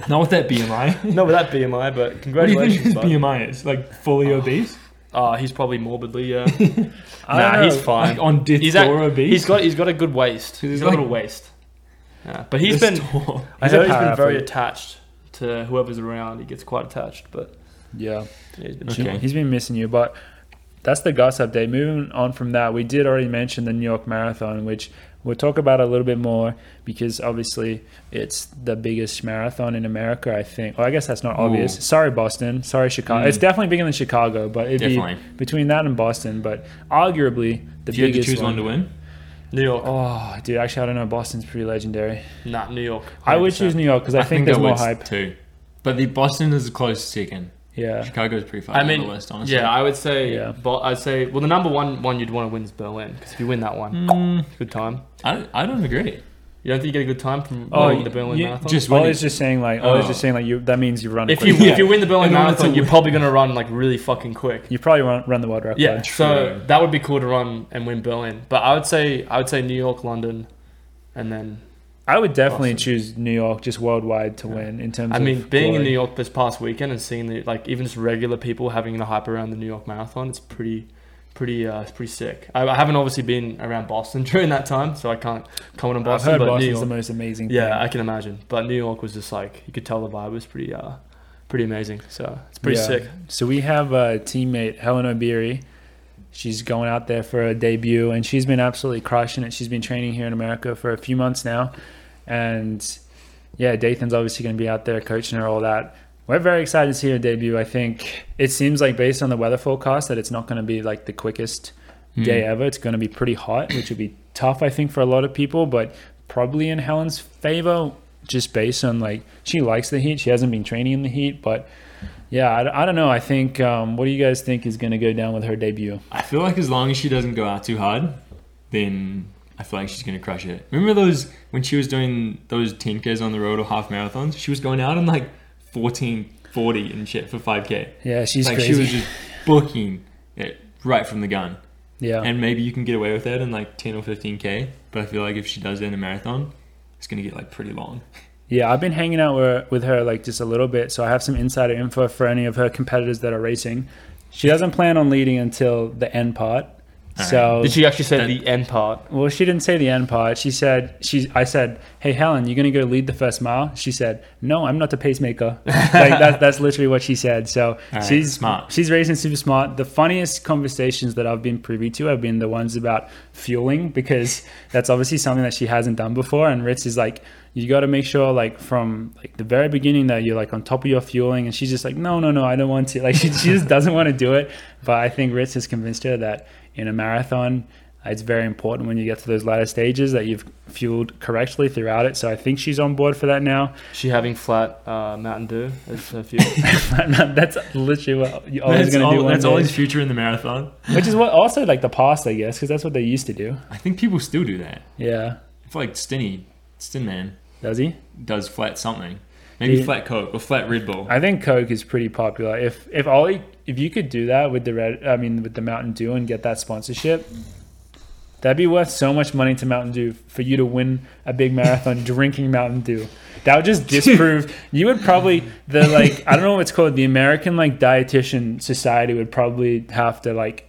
Speaker 3: Not with that BMI.
Speaker 2: not with that BMI, but
Speaker 3: what do you think
Speaker 2: congratulations.
Speaker 3: his
Speaker 2: bud.
Speaker 3: BMI is? Like fully obese?
Speaker 2: Oh, he's probably morbidly yeah.
Speaker 1: I don't
Speaker 2: nah,
Speaker 1: know.
Speaker 2: he's fine.
Speaker 3: (laughs) Like on death
Speaker 2: He's,
Speaker 3: door
Speaker 2: act-
Speaker 3: obese?
Speaker 2: he's got he's got a good waist.
Speaker 3: He's
Speaker 2: He's got a
Speaker 3: like-
Speaker 2: little waist. Yeah, but he's been
Speaker 3: This door.
Speaker 1: He's
Speaker 2: he's,
Speaker 1: a
Speaker 2: he's been
Speaker 1: power
Speaker 2: very
Speaker 1: athlete.
Speaker 2: attached to whoever's around. He gets quite attached, but
Speaker 1: Yeah.
Speaker 3: Okay.
Speaker 1: He's been missing you, but that's the Gus update. Moving on from that, we did already mention the New York Marathon, which we'll talk about a little bit more because obviously it's the biggest marathon in America, I think. Well, I guess that's not obvious.
Speaker 3: Ooh.
Speaker 1: Sorry, Boston. Sorry, Chicago.
Speaker 3: Mm.
Speaker 1: It's definitely bigger than Chicago, but it'd
Speaker 3: Definitely.
Speaker 1: be between that and Boston, but arguably the
Speaker 3: If you had to
Speaker 1: biggest
Speaker 3: choose
Speaker 1: one.
Speaker 3: one. to win,
Speaker 2: New York.
Speaker 1: Oh, dude, actually, I don't know. Boston's pretty legendary.
Speaker 2: Nah, New York.
Speaker 1: I would choose New York because I, think,
Speaker 3: that
Speaker 1: there's more
Speaker 3: would
Speaker 1: hype.
Speaker 3: too. But the Boston is a close second.
Speaker 1: Yeah.
Speaker 3: Chicago's pretty far
Speaker 2: I
Speaker 3: down
Speaker 2: mean,
Speaker 3: the list, honestly.
Speaker 2: yeah, I would say.
Speaker 1: Yeah.
Speaker 2: Bo- I'd say. Well, the number one one you'd want to win is Berlin because if you win that one,
Speaker 1: Hmm.
Speaker 3: Mm,
Speaker 2: it's a good time.
Speaker 3: I don't, I don't agree.
Speaker 2: You don't think you get a good time from
Speaker 1: Oh,
Speaker 2: winning
Speaker 1: you-
Speaker 2: the Berlin
Speaker 1: you-
Speaker 2: Marathon?
Speaker 3: Just
Speaker 1: Well,
Speaker 3: winning.
Speaker 1: it's just saying like, oh, it's
Speaker 3: Oh.
Speaker 1: just saying like you. That means you run.
Speaker 2: if you
Speaker 1: quick.
Speaker 3: Yeah.
Speaker 2: if you win the Berlin
Speaker 3: In order
Speaker 2: Marathon,
Speaker 3: to
Speaker 2: you're
Speaker 3: win-
Speaker 2: probably gonna run like really fucking quick.
Speaker 1: you probably run, run the world record.
Speaker 2: Yeah, so
Speaker 3: True.
Speaker 2: that would be cool to run and win Berlin. But I would say I would say New York, London, and then
Speaker 1: I would definitely
Speaker 2: Boston.
Speaker 1: choose New York just worldwide to win in terms.
Speaker 2: I
Speaker 1: of
Speaker 2: mean being in
Speaker 1: glory.
Speaker 2: New York this past weekend and seeing the like even just regular people having the hype around the New York Marathon, it's pretty pretty uh, it's pretty sick. I, I haven't obviously been around Boston (laughs) during that time, so I can't comment on
Speaker 1: I've
Speaker 2: Boston.
Speaker 1: heard
Speaker 2: but New
Speaker 1: Boston's the
Speaker 2: York,
Speaker 1: most amazing.
Speaker 2: yeah,
Speaker 1: thing.
Speaker 2: I can imagine. But New York was just like you could tell the vibe was pretty uh pretty amazing. So it's pretty
Speaker 1: Yeah.
Speaker 2: sick.
Speaker 1: So we have a teammate Helen O'Beary. She's going out there for a debut, and she's been absolutely crushing it. She's been training here in America for a few months now, and yeah, Dathan's obviously going to be out there coaching her all that. We're very excited to see her debut. I think it seems like based on the weather forecast that it's not going to be like the quickest
Speaker 3: Mm.
Speaker 1: day ever. It's going to be pretty hot, which would be tough, I think, for a lot of people, but probably in Helen's favor, just based on like she likes the heat. She hasn't been training in the heat, but yeah, I, I don't know. I think, um, what do you guys think is going to go down with her debut?
Speaker 3: I feel like as long as she doesn't go out too hard, then I feel like she's gonna crush it. Remember those when she was doing those 10ks on the road or half marathons? She was going out in like 14:40 and shit for 5k.
Speaker 1: Yeah, she's
Speaker 3: like
Speaker 1: crazy.
Speaker 3: she was just booking it right from the gun.
Speaker 1: yeah.
Speaker 3: And maybe you can get away with that in like 10 or 15k. But I feel like if she does that in a marathon, it's gonna get like pretty long.
Speaker 1: Yeah, I've been hanging out with, with her like just a little bit, so I have some insider info for any of her competitors that are racing. She doesn't plan on leading until the end part.
Speaker 3: All
Speaker 1: So,
Speaker 2: Did she actually say
Speaker 3: That-
Speaker 2: the end part?
Speaker 1: well, she didn't say the end part. She said she. I said, "Hey, Helen, you gonna go lead the first mile?" She said, "No, I'm not the
Speaker 3: (laughs)
Speaker 1: pacemaker." like that, that's literally what she said. So
Speaker 3: right,
Speaker 1: she's
Speaker 3: smart.
Speaker 1: She's racing super smart. The funniest conversations that I've been privy to have been the ones about fueling because that's obviously something that she hasn't done before. And Ritz is like, you got to make sure like from like the very beginning that you're like on top of your fueling. And she's just like, no, no, no, I don't want to. (laughs) Like she, she just doesn't want to do it. But I think Ritz has convinced her that in a marathon, it's very important when you get to those latter stages that you've fueled correctly throughout it. So I think she's on board for that now. (laughs)
Speaker 2: She having flat uh, Mountain Dew as her fuel.
Speaker 1: that's literally what you're always
Speaker 3: that's
Speaker 1: going to do.
Speaker 3: all,
Speaker 1: one
Speaker 3: that's
Speaker 1: day.
Speaker 3: always future in the marathon.
Speaker 1: which is what also like the past, I guess, because that's what they used to do.
Speaker 3: I think people still do that.
Speaker 1: Yeah,
Speaker 3: I feel like Stinny, Stin Man,
Speaker 1: does he?
Speaker 3: does flat something. Maybe
Speaker 1: Yeah.
Speaker 3: flat Coke or flat Red Bull.
Speaker 1: I think Coke is pretty popular. If if Ollie, if you could do that with the red, I mean with the Mountain Dew and get that sponsorship, that'd be worth so much money to Mountain Dew for you to win a big (laughs) marathon drinking Mountain Dew. That would just disprove you would probably the like I don't know what it's called the American like dietitian society would probably have to like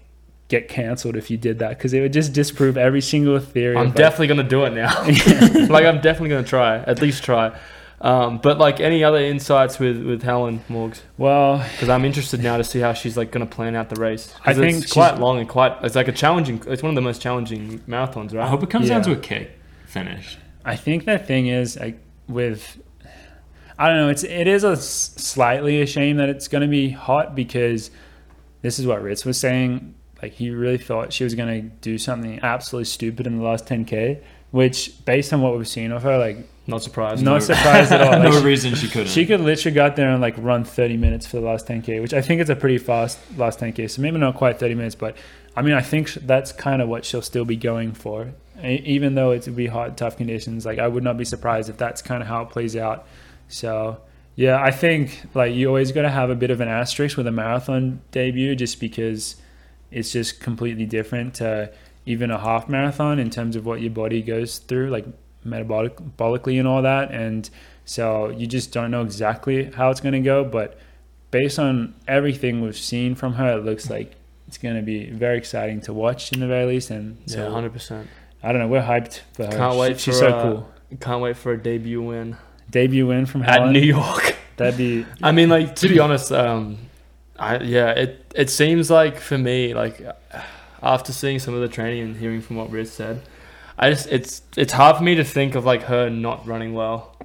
Speaker 1: get canceled if you did that because it would just disprove every single theory.
Speaker 2: I'm
Speaker 1: of, like,
Speaker 2: definitely gonna do
Speaker 1: (laughs)
Speaker 2: it now. (laughs) like I'm definitely gonna try, at least try. Um, but like any other insights with with Helen Morgs,
Speaker 1: well,
Speaker 2: because I'm interested now to see how she's like gonna plan out the race. 'Cause
Speaker 1: I think
Speaker 2: it's
Speaker 1: she's-
Speaker 2: quite long and quite. It's like a challenging. It's one of the most challenging marathons,
Speaker 3: I
Speaker 2: right?
Speaker 3: hope it comes down
Speaker 1: Yeah.
Speaker 3: to a kick finish.
Speaker 1: I think the thing is like with I don't know it's it is a s- slightly a shame that it's going to be hot because this is what Ritz was saying like he really thought she was going to do something absolutely stupid in the last 10k which based on what we've seen of her like
Speaker 2: Not surprised.
Speaker 1: no
Speaker 3: no-
Speaker 1: surprise at all
Speaker 3: (laughs) no
Speaker 1: like,
Speaker 3: reason she couldn't.
Speaker 1: she could literally got there and like run 30 minutes for the last 10k, which I think is a pretty fast last 10k. So maybe not quite 30 minutes, but I mean, I think sh- that's kind of what she'll still be going for, E- even though it would be hot, tough conditions. Like I would not be surprised if that's kind of how it plays out. So yeah, I think like you always got to have a bit of an asterisk with a marathon debut, just because it's just completely different to even a half marathon in terms of what your body goes through, like metabolic- metabolically and all that. And so you just don't know exactly how it's going to go. But based on everything we've seen from her, it looks like it's going to be very exciting to watch in the very least. And
Speaker 2: Yeah,
Speaker 1: so
Speaker 2: hundred percent.
Speaker 1: I don't know. We're hyped for her.
Speaker 2: Can't wait
Speaker 1: She's so
Speaker 2: for, uh,
Speaker 1: cool.
Speaker 2: Can't wait for a debut win
Speaker 1: Debut win from
Speaker 2: at New
Speaker 1: Helen.
Speaker 2: York. (laughs)
Speaker 1: That'd be
Speaker 2: I mean, like to be honest, um, I yeah, it it seems like for me, like after seeing some of the training and hearing from what Riz said, I just it's it's hard for me to think of like her not running well.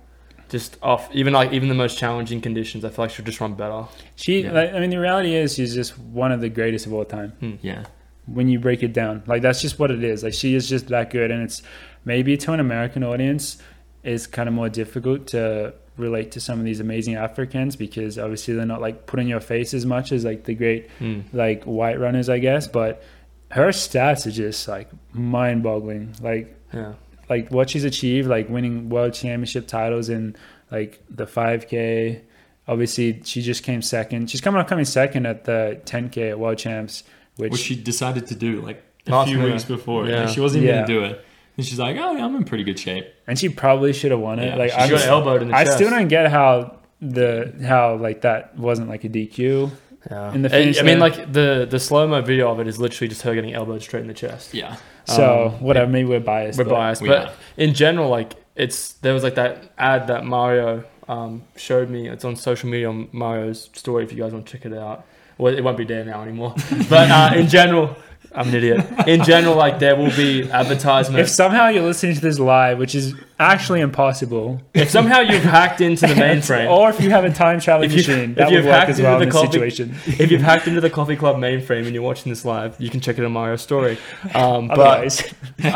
Speaker 2: Just off even like even the most challenging conditions, I feel like she'll just run better.
Speaker 1: She,
Speaker 3: Yeah.
Speaker 1: like, I mean, the reality is she's just one of the greatest of all time.
Speaker 2: Hmm.
Speaker 3: Yeah.
Speaker 1: When you break it down, like that's just what it is. Like she is just that good, and it's maybe to an American audience, it's kind of more difficult to relate to some of these amazing Africans because obviously they're not like put in your face as much as like the great
Speaker 2: Hmm.
Speaker 1: like white runners, I guess. But her stats are just like mind boggling. Like
Speaker 2: Yeah.
Speaker 1: like what she's achieved, like winning world championship titles in like the 5K. Obviously, she just came second. She's coming up coming second at the 10K at World Champs, which,
Speaker 3: Which she decided to do like a
Speaker 2: Last
Speaker 3: few
Speaker 2: minute.
Speaker 3: weeks before.
Speaker 2: Yeah.
Speaker 3: Like, she wasn't
Speaker 1: Yeah.
Speaker 3: going to do it. And she's like, oh, yeah, I'm in pretty good shape.
Speaker 1: and she probably should have won it.
Speaker 3: Yeah,
Speaker 1: like
Speaker 3: she
Speaker 2: She
Speaker 1: I'm
Speaker 2: got elbowed in the
Speaker 1: I
Speaker 2: chest.
Speaker 1: still don't get how the how like that wasn't like a DQ.
Speaker 2: yeah.
Speaker 1: in the
Speaker 2: I-
Speaker 1: finish
Speaker 2: I mean,
Speaker 1: line.
Speaker 2: like the the slow mo video of it is literally just her getting elbowed straight in the chest.
Speaker 3: Yeah. (laughs)
Speaker 1: So whatever, maybe we're biased.
Speaker 2: Um, We're
Speaker 1: but-
Speaker 2: biased,
Speaker 3: we
Speaker 2: but
Speaker 3: are.
Speaker 2: in general, like it's there was like that ad that Mario um, showed me. It's on social media on Mario's story. If you guys want to check it out, well, it won't be there now anymore. but uh, in general, I'm an idiot. In general, like there will be
Speaker 1: If
Speaker 2: advertisements.
Speaker 1: somehow you're listening to this live, which is actually impossible,
Speaker 2: If, somehow you've hacked into the mainframe,
Speaker 1: or (laughs) if you have a time traveling
Speaker 2: (laughs) If you-
Speaker 1: machine,
Speaker 2: if
Speaker 1: that
Speaker 2: you've
Speaker 1: would work
Speaker 2: hacked
Speaker 1: as well
Speaker 2: into
Speaker 1: in
Speaker 2: the
Speaker 1: this
Speaker 2: coffee-
Speaker 1: situation.
Speaker 2: if you've hacked into the Coffee Club mainframe and you're watching this live, you can check it on Mario's story. Um, (laughs) but
Speaker 1: Otherwise,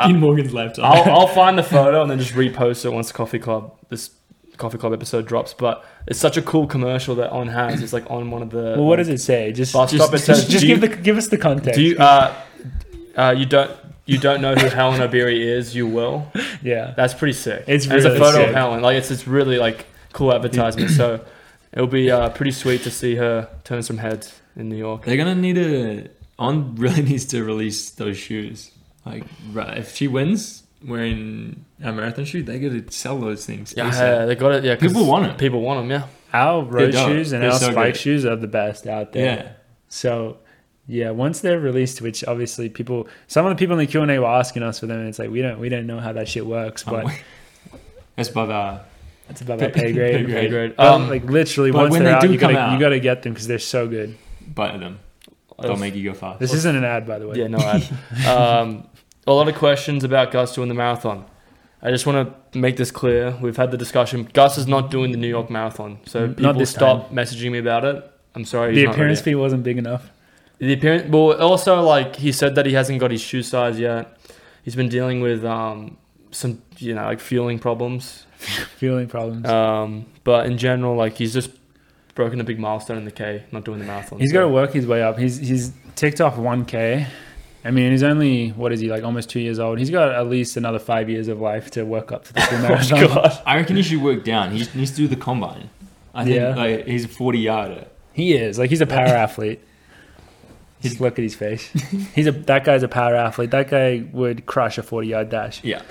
Speaker 3: in Morgan's laptop.
Speaker 2: I'll, I'll find the photo and then just repost it once the coffee club this coffee club episode drops. But it's such a cool commercial that on has. It's like on one of the.
Speaker 1: well, what does it say? Just
Speaker 2: Bus
Speaker 3: Just-
Speaker 2: stop. It
Speaker 1: So
Speaker 2: says,
Speaker 1: just
Speaker 2: do,
Speaker 1: give
Speaker 2: you,
Speaker 1: the give us the context.
Speaker 2: do you uh, uh, you don't you don't know who Helen O'Beary is? You will.
Speaker 1: yeah.
Speaker 2: That's pretty sick.
Speaker 1: It's
Speaker 2: And it's
Speaker 1: really
Speaker 2: a photo
Speaker 1: sick.
Speaker 2: of Helen. Like it's it's really like cool advertisement. so it'll be uh, pretty sweet to see her turn some heads in New York.
Speaker 3: They're gonna need to. On (laughs) really needs to release those shoes. Like right, if she wins wearing a marathon shoe, they gotta sell those things.
Speaker 2: Yeah,
Speaker 3: ASAP.
Speaker 2: they got it. Yeah, 'cause
Speaker 3: People want it.
Speaker 2: People want them. Yeah.
Speaker 1: Our road
Speaker 3: dope.
Speaker 1: shoes and
Speaker 3: They're
Speaker 1: our
Speaker 3: so
Speaker 1: spike
Speaker 3: great.
Speaker 1: shoes are the best out there.
Speaker 3: yeah.
Speaker 1: So yeah, once they're released, which obviously people, some of the people in the Q and A were asking us for them, and it's like we don't we don't know how that shit works, but
Speaker 3: Um, (laughs) that's above our.
Speaker 1: it's about that pay grade.
Speaker 3: (laughs) Pay grade.
Speaker 2: Very great.
Speaker 1: But,
Speaker 2: Um,
Speaker 1: like literally,
Speaker 3: but
Speaker 1: once
Speaker 3: when
Speaker 1: they're
Speaker 3: they
Speaker 1: out,
Speaker 3: do
Speaker 1: you gotta,
Speaker 3: come out-
Speaker 1: you gotta get them because they're so good.
Speaker 3: Bite them. They'll make you go fast.
Speaker 1: This isn't an ad, by the way.
Speaker 2: Yeah, no ad. um, a lot of questions about Gus doing the marathon. I just want to make this clear. We've had the discussion. Gus is not doing the New York Marathon, so
Speaker 1: Not
Speaker 2: people
Speaker 1: this
Speaker 2: stop messaging me about it. I'm sorry.
Speaker 1: the
Speaker 2: he's not ready.
Speaker 1: appearance fee wasn't big enough. (laughs)
Speaker 2: The appearance. Well, also like he said that he hasn't got his shoe size yet. He's been dealing with um, some, you know, like fueling problems.
Speaker 1: Fueling problems.
Speaker 3: Uh,
Speaker 2: Um, but in general, like he's just broken a big milestone in the K, not doing the marathon.
Speaker 1: He's
Speaker 2: so-
Speaker 1: got to work his way up. He's he's ticked off 1K. I mean, he's only what is he like? Almost two years old. He's got at least another five years of life to work up to
Speaker 3: (laughs)
Speaker 1: the full
Speaker 3: Oh
Speaker 1: marathon.
Speaker 3: I reckon he should work down. He needs to do the combine. I think
Speaker 1: Yeah.
Speaker 3: like he's a forty yarder.
Speaker 1: He is like he's a
Speaker 3: (laughs)
Speaker 1: power athlete. Just look at his face. He's a that guy's a power athlete. That guy would crush a 40 yard dash.
Speaker 3: Yeah.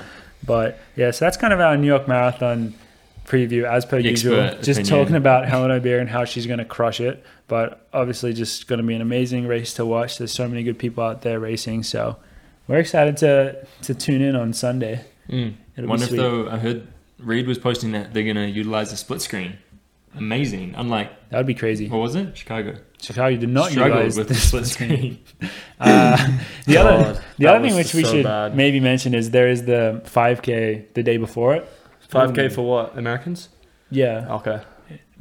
Speaker 1: But yeah, so that's kind of our New York Marathon preview, as per
Speaker 3: Expert
Speaker 1: usual. Just
Speaker 3: opinion.
Speaker 1: talking about Helen O'Bear and how she's going to crush it. But obviously, just going to be an amazing race to watch. There's so many good people out there racing, so we're excited to to tune in on Sunday.
Speaker 2: Mm.
Speaker 1: It'll
Speaker 3: Wonder
Speaker 1: be
Speaker 3: if
Speaker 1: sweet.
Speaker 3: though I heard Reed was posting that they're gonna utilize the split screen. Amazing. Unlike
Speaker 1: that would be crazy.
Speaker 3: what was it? Chicago.
Speaker 1: Chicago did not
Speaker 3: Struggled
Speaker 1: utilize
Speaker 3: with
Speaker 1: the
Speaker 3: the (laughs) split screen.
Speaker 1: Uh, (laughs) the
Speaker 2: God,
Speaker 1: other the
Speaker 2: that
Speaker 1: other thing
Speaker 2: was
Speaker 1: which we
Speaker 2: so
Speaker 1: should
Speaker 2: bad.
Speaker 1: maybe mention is there is the 5K the day before it.
Speaker 2: 5K for what? Americans?
Speaker 1: Yeah.
Speaker 2: Okay.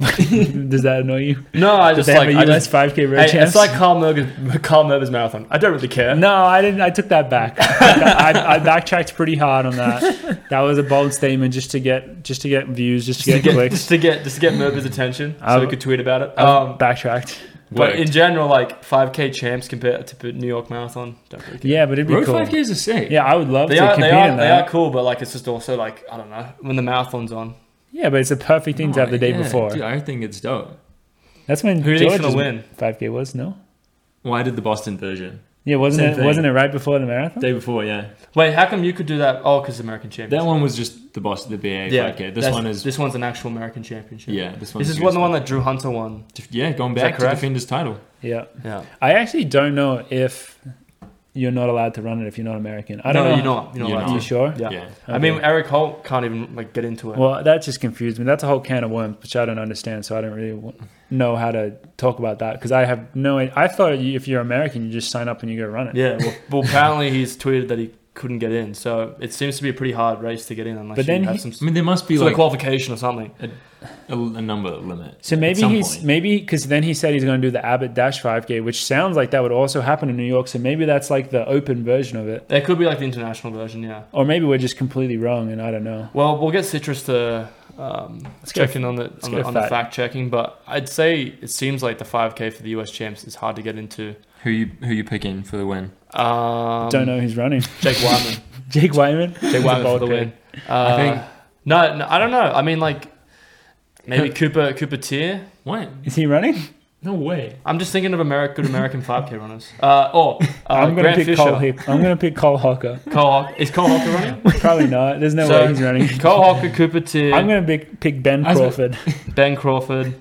Speaker 1: (laughs) Does that annoy you?
Speaker 2: No, I just
Speaker 1: they
Speaker 2: like I
Speaker 1: have a US
Speaker 2: just
Speaker 1: 5K road
Speaker 2: Hey,
Speaker 1: champs?
Speaker 2: it's like Carl Merger's, Carl Merger's marathon. I don't really care.
Speaker 1: No, I didn't. I took that back. I, I backtracked pretty hard on that.
Speaker 2: (laughs)
Speaker 1: That was a bold statement just to get just to get views, just to
Speaker 2: just, to
Speaker 1: get
Speaker 2: get,
Speaker 1: clicks.
Speaker 2: (laughs) just to get just to get Merger's attention, so
Speaker 1: I've-
Speaker 2: we could tweet about it.
Speaker 1: I
Speaker 2: Um,
Speaker 1: backtracked.
Speaker 2: but
Speaker 3: Worked.
Speaker 2: in general, like 5K champs compared to New York Marathon, don't really care.
Speaker 1: Yeah, but it'd be
Speaker 3: Road
Speaker 1: cool.
Speaker 3: five Ks are sick.
Speaker 1: Yeah, I would love
Speaker 2: they
Speaker 1: to
Speaker 2: are
Speaker 1: compete
Speaker 2: they are
Speaker 1: in
Speaker 2: they are
Speaker 1: that.
Speaker 2: cool, but like it's just also like I don't know when the marathon's on,
Speaker 1: Yeah, but it's a perfect thing to have the day
Speaker 3: Oh, Yeah,
Speaker 1: before.
Speaker 3: Dude, I think it's dope.
Speaker 1: That's when
Speaker 2: Oh, who do you think's
Speaker 1: George's
Speaker 2: gonna win?
Speaker 1: 5K was no.
Speaker 3: Well, I did the Boston version.
Speaker 1: Yeah, wasn't
Speaker 3: Same
Speaker 1: it?
Speaker 3: thing.
Speaker 1: Wasn't it right before the marathon?
Speaker 3: Day before, yeah.
Speaker 2: Wait, how come you could do that? Oh, because American
Speaker 3: That
Speaker 2: championship.
Speaker 3: one was just the Boston, the BA
Speaker 2: yeah,
Speaker 3: 5K. This
Speaker 2: that's-
Speaker 3: one is,
Speaker 2: this one's an actual American championship.
Speaker 3: yeah, this one.
Speaker 2: this is one the one that Drew Hunter won.
Speaker 3: that, yeah, going
Speaker 2: Is that
Speaker 3: back to
Speaker 2: correct?
Speaker 3: defend his title.
Speaker 1: Yeah,
Speaker 2: Yeah,
Speaker 1: I actually don't know if you're not allowed to run it if you're not American. I don't
Speaker 2: no,
Speaker 1: know.
Speaker 2: you're not. You're not.
Speaker 3: You're
Speaker 2: allowed
Speaker 1: Are you
Speaker 2: to.
Speaker 1: sure?
Speaker 2: Yeah.
Speaker 3: yeah.
Speaker 2: I mean, Eric Holt can't even like get into it.
Speaker 1: Well, that just confused me. That's a whole can of worms, which I don't understand. So I don't really w- know how to talk about that because I have no. I thought you, if you're American, you just sign up and you go run it.
Speaker 2: yeah. Well, (laughs) well, apparently he's tweeted that he couldn't get in, so it seems to be a pretty hard race to get in unless
Speaker 1: But then
Speaker 2: you have
Speaker 1: he-
Speaker 2: some
Speaker 3: I mean, there must be
Speaker 2: sort
Speaker 3: like
Speaker 2: of qualification or something.
Speaker 3: a, a number limit.
Speaker 1: So
Speaker 3: at
Speaker 1: maybe
Speaker 3: some
Speaker 1: he's
Speaker 3: point.
Speaker 1: maybe because then he said he's going to do the Abbott Dash 5K, which sounds like that would also happen in New York. So maybe that's like the open version of it,
Speaker 2: There could be like the international version, yeah.
Speaker 1: or maybe we're just completely wrong and I don't know.
Speaker 2: Well, we'll get Citrus to um,
Speaker 1: Let's
Speaker 2: check
Speaker 1: get a-
Speaker 2: in on the on,
Speaker 1: get
Speaker 2: the,
Speaker 1: a
Speaker 2: on the
Speaker 1: fact.
Speaker 2: fact checking, but I'd say it seems like the 5K for the US champs is hard to get into.
Speaker 3: who you who you picking for the win?
Speaker 2: Um,
Speaker 1: don't know who's running. (laughs)
Speaker 2: Jake Wyman.
Speaker 1: Jake Wyman.
Speaker 2: Jake Wyman for the win. Uh, I
Speaker 3: think-
Speaker 2: think. No, no, I don't know. I mean, like maybe
Speaker 1: (laughs)
Speaker 2: Cooper Cooper Tier.
Speaker 3: What?
Speaker 1: Is he running?
Speaker 3: No (laughs) way.
Speaker 2: I'm just thinking of American, good American 5K runners. Uh, oh, uh,
Speaker 1: (laughs) I'm going to
Speaker 2: Grant
Speaker 1: pick
Speaker 2: Fisher.
Speaker 1: Cole. Hip- I'm going to pick Cole Hawker.
Speaker 2: Cole Hawk- is Cole Hawker running?
Speaker 1: Probably not. There's no
Speaker 2: So-
Speaker 1: way he's
Speaker 2: (laughs)
Speaker 1: running.
Speaker 2: Cole Hawker, Cooper Tier,
Speaker 1: I'm going to pick, pick Ben
Speaker 3: I was gonna-
Speaker 1: Crawford. (laughs)
Speaker 2: Ben Crawford,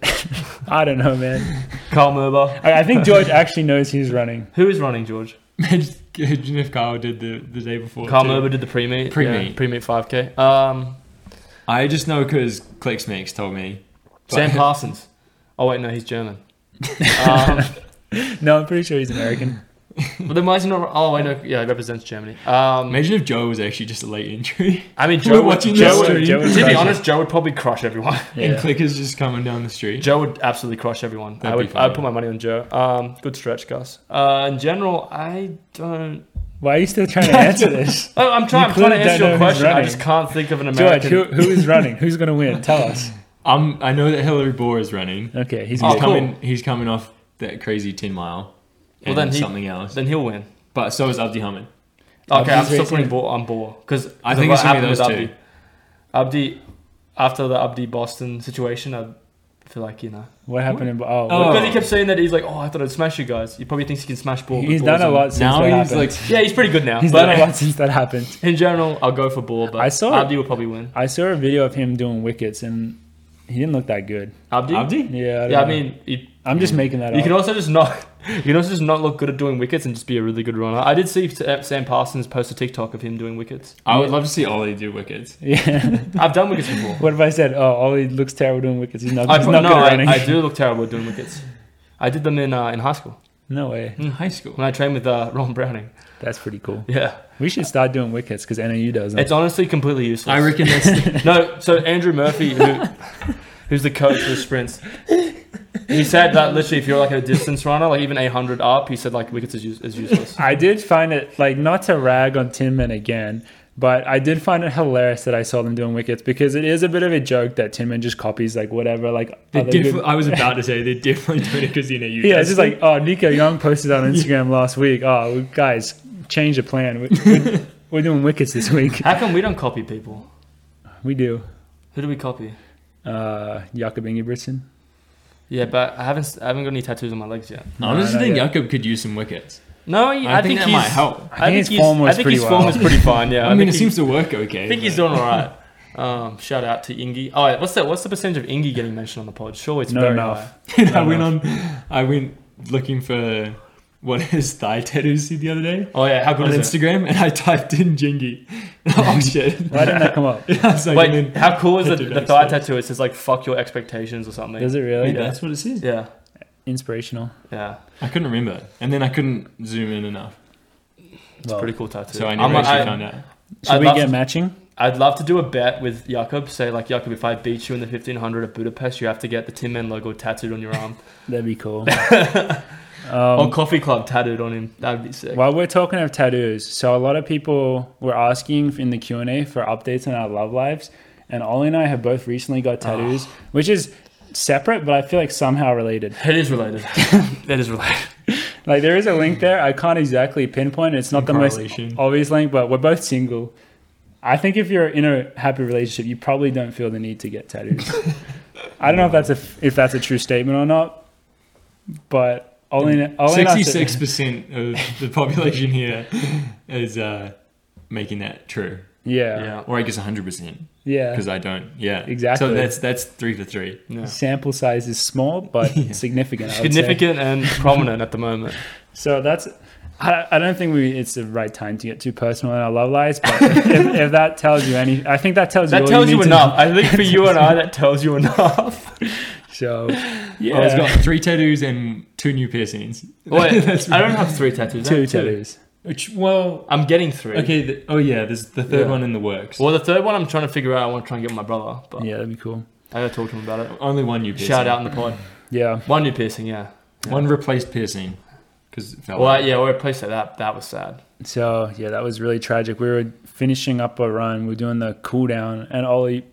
Speaker 1: I don't know, man.
Speaker 2: Carl Merber.
Speaker 1: I, I think George actually knows who's running.
Speaker 2: Who is running, George?
Speaker 3: Imagine if Kyle did the, the day before.
Speaker 2: Carl
Speaker 3: too.
Speaker 2: Merber did the pre-meet.
Speaker 3: Pre-meet.
Speaker 2: Yeah, pre-meet 5K. Um,
Speaker 3: I just know because Click Snakes told me. But- (laughs)
Speaker 2: Sam Parsons. Oh, wait, no, he's German. um,
Speaker 1: No, I'm pretty sure he's American.
Speaker 2: but then why is he not... Oh, wait, no, yeah, he represents Germany. Um,
Speaker 3: Imagine if Joe was actually just a late entry.
Speaker 2: I mean,
Speaker 3: (laughs) We're
Speaker 2: Joe would,
Speaker 3: watching
Speaker 2: Joe
Speaker 3: this
Speaker 2: would,
Speaker 3: stream.
Speaker 1: Joe would
Speaker 2: To be
Speaker 1: crush
Speaker 2: honest, Joe would probably crush everyone.
Speaker 3: And
Speaker 1: Yeah.
Speaker 3: Click is just coming down the street.
Speaker 2: (laughs) Joe would absolutely crush everyone.
Speaker 3: That'd
Speaker 2: I
Speaker 3: be
Speaker 2: would,
Speaker 3: funny.
Speaker 2: I would put my money on Joe. Um, good stretch, Gus. Uh, in general, I don't.
Speaker 1: Why are you still trying to
Speaker 2: (laughs)
Speaker 1: answer this?
Speaker 2: Oh, I'm trying. I'm trying
Speaker 1: clearly
Speaker 2: to
Speaker 1: don't
Speaker 2: answer
Speaker 1: know
Speaker 2: your
Speaker 1: who's
Speaker 2: question. I
Speaker 1: running.
Speaker 2: just can't think of an
Speaker 1: George,
Speaker 2: American.
Speaker 1: who, who is running? Who's going to win? Tell us.
Speaker 3: Um, I know that Hillary Bohr is running.
Speaker 1: Okay, he's
Speaker 3: He's
Speaker 2: Oh, cool.
Speaker 3: coming. He's coming off that crazy ten mile.
Speaker 2: Well,
Speaker 3: And
Speaker 2: then he-
Speaker 3: something else.
Speaker 2: Then he'll win.
Speaker 3: But so is Abdi Hamid.
Speaker 2: Okay, I'm
Speaker 1: Abdi's
Speaker 2: still
Speaker 1: racing.
Speaker 2: putting Bo- on Bo because
Speaker 3: I think it's gonna be those two.
Speaker 2: Abdi, after the Abdi Boston situation, I feel like you know
Speaker 1: What happened? In, oh,
Speaker 3: Oh.
Speaker 2: because he kept saying that he's like, oh, I thought I'd smash you guys. He probably thinks he can smash Bo.
Speaker 1: what-
Speaker 2: but
Speaker 1: he's
Speaker 2: Bo's
Speaker 1: done a
Speaker 2: on-
Speaker 1: lot since
Speaker 3: now
Speaker 1: that
Speaker 3: he's
Speaker 1: happened.
Speaker 3: like
Speaker 2: Yeah, he's pretty good now.
Speaker 1: he's
Speaker 2: but
Speaker 1: done a lot since that happened.
Speaker 2: in general, I'll go for Bo. But
Speaker 1: I saw-
Speaker 2: Abdi will probably win.
Speaker 1: I saw a video of him doing wickets, and he didn't look that good.
Speaker 2: Abdi.
Speaker 3: Abdi.
Speaker 1: Yeah, I don't
Speaker 2: Yeah, I
Speaker 1: know.
Speaker 2: mean, he
Speaker 1: I'm just making that
Speaker 2: You
Speaker 1: up. (laughs)
Speaker 2: can also just not, (laughs) you can also just not look good at doing wickets and just be a really good runner. I did see Sa- Sam Parsons post a TikTok of him doing wickets.
Speaker 3: I would love to see Ollie do wickets.
Speaker 1: yeah.
Speaker 2: I've done wickets before.
Speaker 1: what if I said, "Oh, Ollie looks terrible doing wickets. He's not.
Speaker 2: I,
Speaker 1: He's not
Speaker 2: no,
Speaker 1: good at
Speaker 2: I,
Speaker 1: running."
Speaker 2: I do look terrible at doing wickets. I did them in uh, in high school
Speaker 1: (laughs) no way.
Speaker 3: In high school.
Speaker 2: when I trained with uh, Ron Browning.
Speaker 1: That's pretty cool.
Speaker 2: Yeah,
Speaker 1: We should start doing wickets because NAU does them.
Speaker 2: it's honestly completely useless.
Speaker 3: I reckon that's
Speaker 2: no, so Andrew Murphy, who, (laughs) who's the coach for the sprints, he said that literally, if you're like a distance runner, like even 800 up, he said like wickets is, use- is useless.
Speaker 1: I did find it like not to rag on Tinman again, but I did find it hilarious that I saw them doing wickets because it is a bit of a joke that Tinman just copies like whatever like
Speaker 3: They
Speaker 1: other good-
Speaker 3: defi- I was about to (laughs) say they're definitely doing it because you know you.
Speaker 1: yeah, it's just like oh Nico Young posted
Speaker 2: (laughs)
Speaker 1: on Instagram last week. Oh we- guys, change the plan. We- We're, we're doing wickets this week. (laughs)
Speaker 2: How come we don't copy people?
Speaker 1: We do.
Speaker 2: Who do we copy?
Speaker 1: Uh, Jakob Ingebrigtsen.
Speaker 2: Yeah, but I haven't I haven't got any tattoos on my legs yet.
Speaker 3: I honestly
Speaker 1: No, no,
Speaker 3: think
Speaker 1: yeah.
Speaker 3: Jakob could use some wickets.
Speaker 2: No, I,
Speaker 3: I,
Speaker 2: think,
Speaker 3: think, that
Speaker 2: he's,
Speaker 3: might help.
Speaker 1: I think his
Speaker 2: he's-
Speaker 1: form was
Speaker 2: I think
Speaker 1: pretty
Speaker 2: his
Speaker 1: well.
Speaker 2: form is pretty fine. Yeah,
Speaker 3: (laughs) I, mean, it
Speaker 2: think
Speaker 3: seems
Speaker 2: he-
Speaker 3: to work okay.
Speaker 2: I think he's
Speaker 3: but-
Speaker 2: doing all right. Um, shout out to Ingy. Oh, what's that? What's the percentage of Ingy getting mentioned on the pod? Sure, it's
Speaker 1: Not
Speaker 2: very
Speaker 1: enough.
Speaker 2: high.
Speaker 3: And (laughs) I went on. I went looking for what his thigh tattoos see the other day
Speaker 2: Oh yeah, how good
Speaker 3: on
Speaker 2: is it?
Speaker 3: Instagram, and I typed in Jingy. (laughs) oh shit!
Speaker 1: Why didn't
Speaker 2: (laughs)
Speaker 1: that come up?
Speaker 3: (laughs) I was like,
Speaker 2: Wait,
Speaker 3: and then-
Speaker 2: how cool is the,
Speaker 3: Tattoo
Speaker 2: the
Speaker 3: next
Speaker 2: thigh
Speaker 3: to it.
Speaker 2: tattoo? It says like "fuck your expectations" or something.
Speaker 1: Is it really
Speaker 3: Wait, that's what it says.
Speaker 2: Yeah,
Speaker 1: inspirational?
Speaker 2: yeah,
Speaker 3: I couldn't remember, and then I couldn't zoom in enough,
Speaker 2: it's a
Speaker 1: Well,
Speaker 2: pretty cool tattoo.
Speaker 3: so I
Speaker 2: I'm
Speaker 3: never
Speaker 2: like-
Speaker 3: actually
Speaker 2: I-
Speaker 3: found out.
Speaker 1: should
Speaker 2: I'd
Speaker 1: we
Speaker 2: love
Speaker 1: get
Speaker 2: to-
Speaker 1: matching?
Speaker 2: I'd love to do a bet with Jakob. Say like, Jakob, if I beat you in the 1500 at Budapest, you have to get the Tin Man logo tattooed on your arm.
Speaker 1: That'd be
Speaker 3: (laughs)
Speaker 1: cool.
Speaker 2: or
Speaker 1: Um,
Speaker 2: Coffee Club tattooed on him. That'd be sick.
Speaker 1: While we're talking of tattoos, so a lot of people were asking in the Q and A for updates on our love lives, and Ollie and I have both recently got
Speaker 3: Ah.
Speaker 1: tattoos, which is separate, but I feel like somehow related.
Speaker 2: It is related. it is related.
Speaker 1: Like there is a link there. I can't exactly pinpoint. it. It's not the most
Speaker 3: Correlation.
Speaker 1: obvious link, but we're both single. I think if you're in a happy relationship, you probably don't feel the need to get
Speaker 3: (laughs)
Speaker 1: tattoos. I don't know if that's a if that's a true statement or not, but Ollie, and- Ollie and I-
Speaker 3: Sixty-six percent of the population here is uh, making that true,
Speaker 1: yeah,
Speaker 2: Yeah.
Speaker 3: or I guess hundred percent.
Speaker 1: yeah.
Speaker 3: because I don't. Yeah,
Speaker 1: Exactly.
Speaker 3: So that's that's three to three.
Speaker 2: yeah.
Speaker 1: sample size is small but
Speaker 3: (laughs) Yeah.
Speaker 1: significant. I would say.
Speaker 2: Significant and prominent at the moment.
Speaker 1: So that's I, I don't think we, it's the right time to get too personal in our love lives,
Speaker 3: (laughs)
Speaker 1: but if, if that tells you any, I think that tells you
Speaker 3: That
Speaker 1: all
Speaker 3: tells
Speaker 1: you,
Speaker 3: you
Speaker 1: need to
Speaker 3: enough. I think
Speaker 2: (laughs)
Speaker 3: for you and I, that tells you enough.
Speaker 1: know. So
Speaker 3: Yeah. he's Oh, got three tattoos and two new piercings.
Speaker 2: (laughs) Wait, I don't have three tattoos. I
Speaker 1: two
Speaker 2: have
Speaker 1: tattoos.
Speaker 3: (laughs) Which, well,
Speaker 2: I'm getting three.
Speaker 3: okay. The, oh yeah, there's the third
Speaker 2: Yeah.
Speaker 3: one in the works.
Speaker 2: Well, the third one I'm trying to figure out. I want to try and get my brother, but
Speaker 1: Yeah, that'd be cool.
Speaker 2: I gotta talk to him about it.
Speaker 3: Only one new piercing.
Speaker 2: Shout out in the pod.
Speaker 1: Yeah,
Speaker 2: One new piercing, yeah.
Speaker 3: One replaced piercing because it fell.
Speaker 2: Well,
Speaker 3: out.
Speaker 2: yeah, we replaced that. That that was sad.
Speaker 1: So yeah, that was really tragic. We were finishing up a run. We were doing the cool down, and Ollie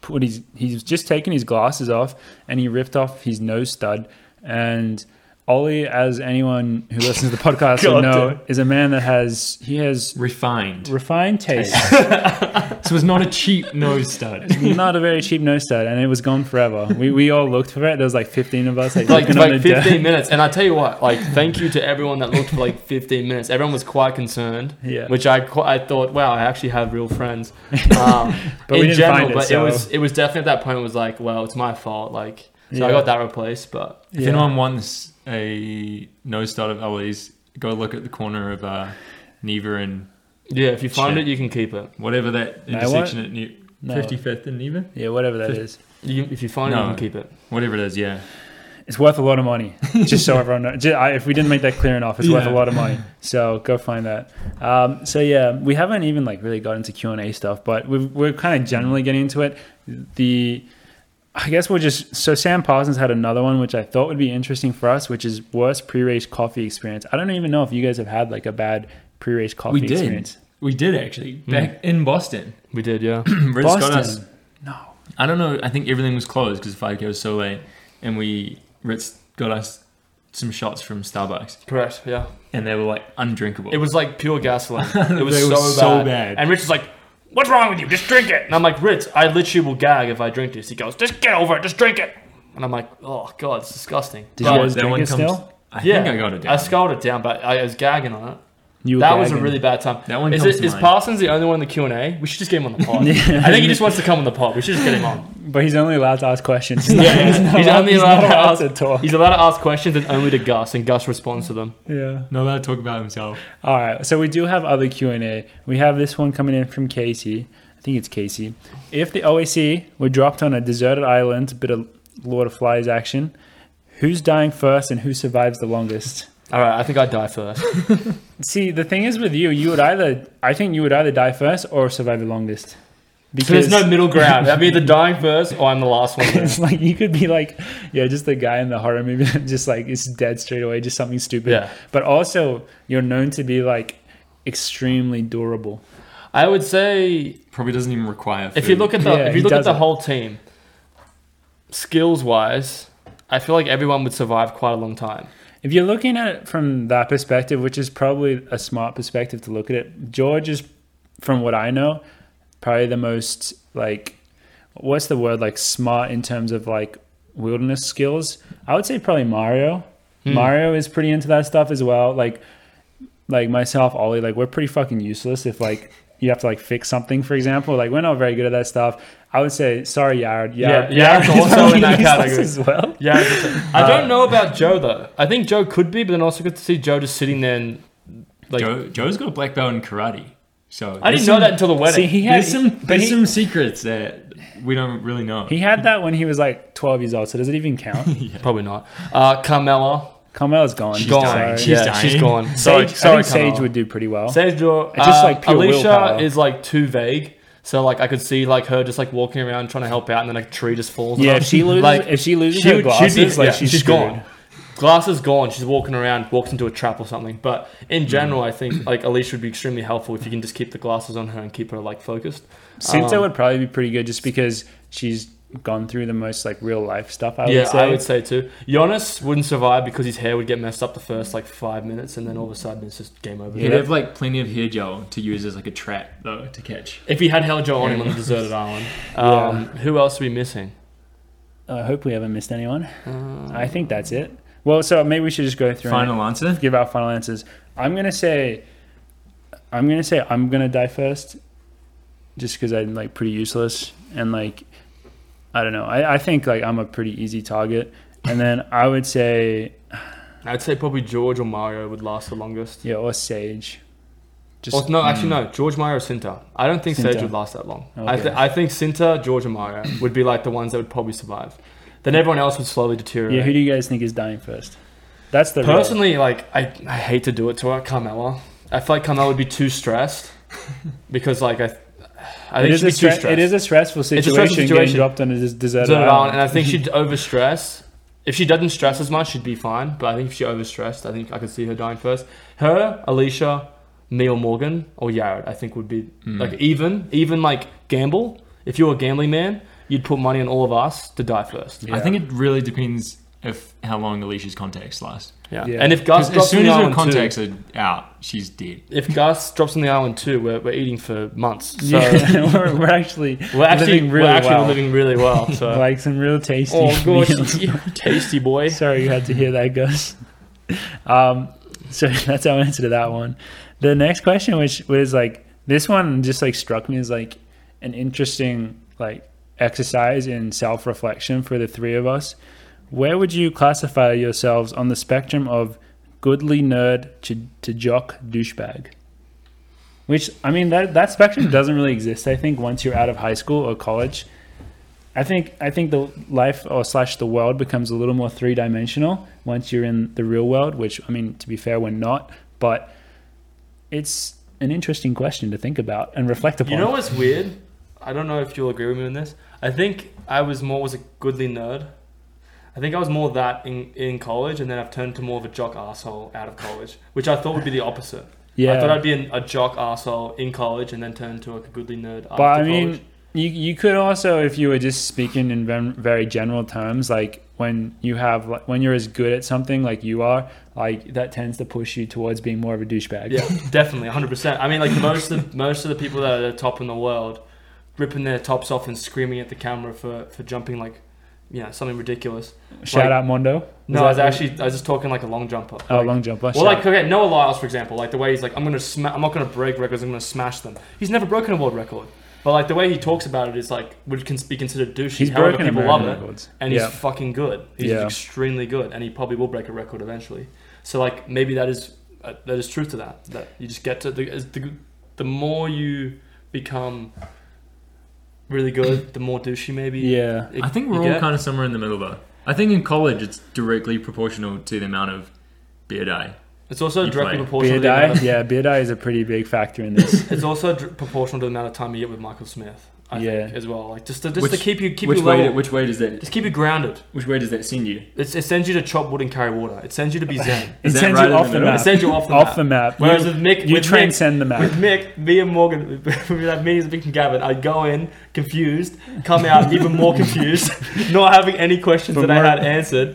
Speaker 1: put his he's just taken his glasses off, and he ripped off his nose stud. And Ollie, as anyone who listens to the podcast will
Speaker 2: (laughs) God
Speaker 1: know,
Speaker 2: damn.
Speaker 1: is a man that has he has
Speaker 3: refined.
Speaker 1: refined taste.
Speaker 3: This was not a cheap nose stud.
Speaker 1: Not a very cheap nose stud, and it was gone forever. We we all looked for it. There was like fifteen of us, like,
Speaker 2: (laughs) Like
Speaker 1: looking on
Speaker 2: like
Speaker 1: the dirt.
Speaker 2: 15 minutes, and I tell you what, like thank you to everyone that looked for like 15 minutes. Everyone was quite concerned,
Speaker 1: Yeah,
Speaker 2: which I qu- I thought, wow, I actually have real (laughs) friends. Um,
Speaker 1: but
Speaker 2: in
Speaker 1: we didn't
Speaker 2: general,
Speaker 1: find it.
Speaker 2: but
Speaker 1: so,
Speaker 2: it was it was definitely at that point it was like, well, it's my fault. Like, so I
Speaker 1: Yeah.
Speaker 2: got that replaced, but
Speaker 3: If
Speaker 1: Yeah.
Speaker 3: anyone wants a nose stud of Ellie's, go look at the corner of uh, Neva and
Speaker 2: yeah, if you find
Speaker 3: Shit.
Speaker 2: it, you can keep it.
Speaker 3: whatever that
Speaker 1: No,
Speaker 3: intersection at New-
Speaker 1: no.
Speaker 3: 55th and Neva,
Speaker 1: (laughs) Yeah, whatever that is.
Speaker 2: You can, if you find it,
Speaker 3: No.
Speaker 2: you can keep it.
Speaker 3: whatever it is. Yeah,
Speaker 1: It's worth a lot of money. Just so everyone knows. Ju- I, if we didn't make that clear enough, it's worth a
Speaker 3: Yeah.
Speaker 1: lot of money. So go find that. Um, so yeah, we haven't even like really got into Q and A stuff, but we've, we're kind of generally getting into it. The I guess we'll just so Sam Parsons had another one which I thought would be interesting for us, which is worst pre-race coffee experience. I don't even know if you guys have had like a bad pre-race coffee
Speaker 3: did.
Speaker 1: experience.
Speaker 3: we did actually
Speaker 2: Hmm.
Speaker 3: back in Boston. (clears throat)
Speaker 2: We did, yeah.
Speaker 3: Riz got us-
Speaker 1: Boston, no,
Speaker 3: I don't know. I think everything was closed because 5K was so late, and we Ritz got us some shots from Starbucks,
Speaker 2: Correct, yeah.
Speaker 3: and they were like undrinkable.
Speaker 2: It was like pure
Speaker 3: (laughs)
Speaker 2: gasoline. It was,
Speaker 3: They
Speaker 2: so,
Speaker 3: were
Speaker 2: bad.
Speaker 3: so bad.
Speaker 2: And Rich is like, "What's wrong with you? Just drink it." And I'm like, "Rich, I literally will gag if I drink this." He goes, "Just get over it. Just drink it." And I'm like, "Oh God, it's disgusting."
Speaker 1: did
Speaker 2: But-
Speaker 1: you
Speaker 3: But
Speaker 1: guys
Speaker 3: that
Speaker 1: drink
Speaker 3: one
Speaker 1: it
Speaker 3: comes-
Speaker 1: still?
Speaker 3: I
Speaker 2: yeah,
Speaker 3: think I got it
Speaker 2: I
Speaker 3: down.
Speaker 2: scowled it down, but I, I was gagging on it.
Speaker 1: You were
Speaker 2: that was a
Speaker 1: gagging.
Speaker 2: really bad time.
Speaker 3: That one
Speaker 2: is,
Speaker 3: comes
Speaker 2: it-
Speaker 3: to
Speaker 2: is
Speaker 3: mind.
Speaker 2: Parsons the only one in the Q and A? We should just get him on the
Speaker 3: (laughs)
Speaker 2: pod. I think he just wants to come on the pod. We should just get him on.
Speaker 1: but he's only allowed to ask questions. (laughs) He's
Speaker 2: (laughs) Yeah, he's,
Speaker 1: not allowed-
Speaker 2: only
Speaker 1: he's
Speaker 2: allowed,
Speaker 1: not allowed
Speaker 2: to
Speaker 1: to
Speaker 2: ask.
Speaker 1: talk.
Speaker 2: He's allowed to ask questions and only to Gus, and Gus responds to them.
Speaker 1: yeah.
Speaker 3: Not allowed to talk about himself.
Speaker 1: All right, so we do have other Q and A. We have this one coming in from Casey. I think it's Casey. If the OAC were dropped on a deserted island, bit of Lord of Flies action, who's dying first and who survives the longest?
Speaker 2: All right, I think I'd die first.
Speaker 1: See, the thing is with you, you would either I think you would either die first or survive the longest.
Speaker 2: So there's no (laughs) middle ground. I'm either dying first or I'm the last one.
Speaker 1: (laughs)
Speaker 2: there.
Speaker 1: it's like you could be like, yeah, just the guy in the horror movie, (laughs) that just like is dead straight away, just something stupid.
Speaker 2: Yeah.
Speaker 1: But also, you're known to be like extremely durable.
Speaker 2: (laughs) I would say
Speaker 3: Probably doesn't even require. Food.
Speaker 2: if you look at the
Speaker 1: Yeah,
Speaker 2: if you
Speaker 1: he
Speaker 2: look at the
Speaker 1: doesn't.
Speaker 2: whole team, skills wise, I feel like everyone would survive quite a long time.
Speaker 1: If you're looking at it from that perspective, which is probably a smart perspective to look at it, George is, from what I know, probably the most like, what's the word like smart in terms of like wilderness skills. I would say probably Mario.
Speaker 2: Hmm.
Speaker 1: Mario is pretty into that stuff as well. Like, like myself, Ollie, like we're pretty fucking useless if like. You have to like fix something, for example. Like we're not very good at that stuff. I would say, sorry, Yard.
Speaker 2: Yeah,
Speaker 1: Yard,
Speaker 2: Yared's
Speaker 1: is
Speaker 2: also in that
Speaker 1: (laughs) useless
Speaker 2: category.
Speaker 1: as well.
Speaker 2: Yeah, I
Speaker 1: Uh,
Speaker 2: don't know about Joe though. I think Joe could be, but then also good to see Joe just sitting there. And, like
Speaker 3: Joe, Joe's got a black belt in karate, so
Speaker 2: I didn't
Speaker 3: there's
Speaker 2: know
Speaker 3: some-
Speaker 2: that until the wedding.
Speaker 1: See, he had,
Speaker 3: there's some
Speaker 1: but
Speaker 3: there's
Speaker 1: he-
Speaker 3: some secrets that we don't really know.
Speaker 1: He had that when he was like 12 years old, so does it even count?
Speaker 2: (laughs) Probably not. Uh, Carmella
Speaker 1: Carmela's gone.
Speaker 3: She's
Speaker 2: gone.
Speaker 3: dying.
Speaker 1: Sorry.
Speaker 3: She's
Speaker 2: yeah, she's
Speaker 3: dying.
Speaker 2: gone. Sorry,
Speaker 1: Sage,
Speaker 2: sorry,
Speaker 1: I think Sage
Speaker 2: Carmella.
Speaker 1: would do pretty well.
Speaker 2: Sage Draw.
Speaker 1: It's just, like, pure
Speaker 2: uh, Alicia
Speaker 1: willpower.
Speaker 2: is like too vague. So like I could see like her just like walking around trying to help out, and then a tree just falls.
Speaker 1: yeah,
Speaker 2: on
Speaker 1: if
Speaker 2: her.
Speaker 1: she loses,
Speaker 2: like
Speaker 1: if she loses
Speaker 2: she
Speaker 1: her
Speaker 2: would- she'd be-
Speaker 1: glasses, like
Speaker 2: yeah,
Speaker 1: she's,
Speaker 2: she's
Speaker 1: gone.
Speaker 2: gone. glass is gone. She's walking around, walks into a trap or something. But
Speaker 1: Hmm.
Speaker 2: in general, I think like Alicia would be extremely helpful if you can just keep the glasses on her and keep her like focused.
Speaker 1: Sinto
Speaker 2: Um,
Speaker 1: would probably be pretty good just because she's gone through the most like real life stuff. I
Speaker 2: yeah,
Speaker 1: would say.
Speaker 2: I would say too. Jonas wouldn't survive because his hair would get messed up the first like five minutes, and then all of a sudden it's just game over.
Speaker 3: He'd have like plenty of hair gel to use as like a trap though to catch.
Speaker 2: If he had Hell Joe on
Speaker 1: (laughs)
Speaker 2: him on the deserted island, um, who else are we
Speaker 1: Uh,
Speaker 2: missing? Uh,
Speaker 1: I hope we haven't missed anyone. I think that's it. Well, so maybe we should just go through and
Speaker 3: Final answer.
Speaker 1: give our final answers. I'm gonna say, I'm gonna say I'm gonna die first, just because I'm like pretty useless and like, I don't know. I, I think like I'm a pretty easy target, and then I would say,
Speaker 2: I'd say probably George or Mario would last the longest.
Speaker 1: Yeah, or Sage. Just mm.
Speaker 2: Or, no, actually, no. George, Mario, Sinta. I don't think Sage
Speaker 1: Sinta.
Speaker 2: would last that long. I,
Speaker 1: Okay.
Speaker 2: th- I think Sinta, George, and Mario would be like the ones that would probably survive. Then everyone else would slowly deteriorate.
Speaker 1: yeah. Who do you guys think is dying first? That's the real-
Speaker 2: Personally, like I, I hate to do it to her, Carmella. I feel like Carmella would be too stressed because, like, I,
Speaker 1: It
Speaker 2: I think
Speaker 1: is,
Speaker 2: she'd
Speaker 1: a
Speaker 2: be too
Speaker 1: stre-
Speaker 2: stressed.
Speaker 1: it is a stressful
Speaker 2: It's a
Speaker 1: situation,
Speaker 2: stressful
Speaker 1: getting
Speaker 2: situation.
Speaker 1: dropped on a des- deserted
Speaker 2: Turn it around, and
Speaker 1: island.
Speaker 2: I
Speaker 1: (laughs)
Speaker 2: think she'd overstress. If she doesn't stress as much, she'd be fine. But I think if she overstressed, I think I could see her dying first. Her, Alicia, me or Morgan or Yared, I think would be
Speaker 3: Mm.
Speaker 2: like even, even like gamble. If you were a gambling man, you'd put money on all of us to die first.
Speaker 1: Yeah.
Speaker 3: I think it really depends if how long Alicia's contacts last.
Speaker 2: Yeah.
Speaker 1: Yeah.
Speaker 2: And if Gus
Speaker 3: 'Cause
Speaker 2: drops
Speaker 3: As
Speaker 2: on
Speaker 3: soon
Speaker 2: the
Speaker 3: as her
Speaker 2: island too,
Speaker 3: contacts are out, she's dead.
Speaker 2: if Gus drops on the island too, we're, we're eating for months. So
Speaker 1: yeah, (laughs) we're, we're actually
Speaker 2: (laughs) we're
Speaker 1: (laughs)
Speaker 2: actually
Speaker 1: living really
Speaker 2: we're actually
Speaker 1: well.
Speaker 2: living really well. So
Speaker 1: (laughs) like some real tasty
Speaker 2: oh gosh,
Speaker 1: (laughs) meals.
Speaker 2: you (laughs) tasty boy.
Speaker 1: Sorry you had to hear that, Gus. (laughs) Um, so (laughs) that's our answer to that one. The next question, which was like this one, just like struck me as like an interesting like exercise in self reflection for the three of us. Where would you classify yourselves on the spectrum of goodly nerd to, to jock douchebag? Which I mean that that
Speaker 2: (clears throat)
Speaker 1: spectrum doesn't really exist. I think once you're out of high school or college, I think I think the life or slash the world becomes a little more three dimensional once you're in the real world. Which I mean, to be fair, we're not, but it's an interesting question to think about and reflect upon.
Speaker 2: You know what's weird? I don't know if you'll agree with me on this. I think I was more was a goodly nerd. I think I was more that in, in college, and then I've turned to more of a jock asshole out of college, which I thought would be the opposite.
Speaker 1: yeah,
Speaker 2: I thought I'd be an, a jock asshole in college, and then turn to like a goodly nerd after
Speaker 1: but I mean,
Speaker 2: college.
Speaker 1: you you could also, if you were just speaking in ven- very general terms, like when you have like, when you're as good at something like you are, like that tends to push you towards being more of a douchebag.
Speaker 2: Yeah, definitely, hundred percent. I mean, like most of most of the people that are the top in the world, ripping their tops off and screaming at the camera for for jumping like, you know, something ridiculous.
Speaker 1: Shout
Speaker 2: Like-
Speaker 1: out Mondo. Is
Speaker 2: No, I was
Speaker 1: that-
Speaker 2: actually I was just talking like a long jumper.
Speaker 1: oh
Speaker 2: Like,
Speaker 1: long jumper.
Speaker 2: Well,
Speaker 1: Shout-
Speaker 2: like okay, Noah Lyles, for example, like the way he's like, I'm gonna, sma- I'm not gonna break records, I'm gonna smash them. He's never broken a world record, but like the way he talks about it is like, would can be considered douchey.
Speaker 1: he's
Speaker 2: However,
Speaker 1: broken
Speaker 2: people
Speaker 1: American
Speaker 2: love it,
Speaker 1: records.
Speaker 2: and
Speaker 1: Yeah.
Speaker 2: he's fucking good. He's
Speaker 1: Yeah.
Speaker 2: extremely good, and he probably will break a record eventually. So like maybe that is uh, that is truth to that. That you just get to the is the, the more you become really good, the more douchey maybe.
Speaker 1: yeah.
Speaker 2: it-
Speaker 3: I think
Speaker 2: you
Speaker 3: we're all
Speaker 2: get.
Speaker 3: kind of somewhere in the middle though. I think in college it's directly proportional to the amount of beer day.
Speaker 2: It's also
Speaker 3: you
Speaker 2: directly
Speaker 3: play.
Speaker 2: proportional.
Speaker 1: Beard
Speaker 2: To the
Speaker 1: dye,
Speaker 2: amount of-
Speaker 1: yeah, beard dye is a pretty big factor in
Speaker 2: (laughs)
Speaker 1: this.
Speaker 2: it's also dr- proportional to the amount of time you get with Michael Smith. I
Speaker 1: Yeah.
Speaker 2: think as well. Like just to, just to
Speaker 3: Which-
Speaker 2: keep you keep
Speaker 3: which
Speaker 2: you
Speaker 3: way?
Speaker 2: level.
Speaker 3: Which way does that?
Speaker 2: Just keep you grounded.
Speaker 3: Which way does that send you?
Speaker 2: It's, it sends you to chop wood and carry water. It sends you
Speaker 1: (laughs)
Speaker 2: to be zen.
Speaker 1: It
Speaker 3: Is that
Speaker 1: sends
Speaker 3: right
Speaker 1: you
Speaker 3: in
Speaker 1: off
Speaker 3: the
Speaker 1: the
Speaker 3: middle?
Speaker 2: it
Speaker 1: map.
Speaker 2: sends you off the
Speaker 1: Off
Speaker 2: map.
Speaker 1: the map.
Speaker 2: Whereas
Speaker 1: You,
Speaker 2: with Mick,
Speaker 1: you
Speaker 2: with Mick,
Speaker 1: transcend the
Speaker 2: with
Speaker 1: map.
Speaker 2: Mick, me and Morgan, (laughs) that me and Mick and Gavin, I'd go in confused,
Speaker 1: (laughs)
Speaker 2: come out even more confused, (laughs) not having any questions
Speaker 1: But
Speaker 2: that
Speaker 1: more-
Speaker 2: I had
Speaker 1: (laughs)
Speaker 2: answered,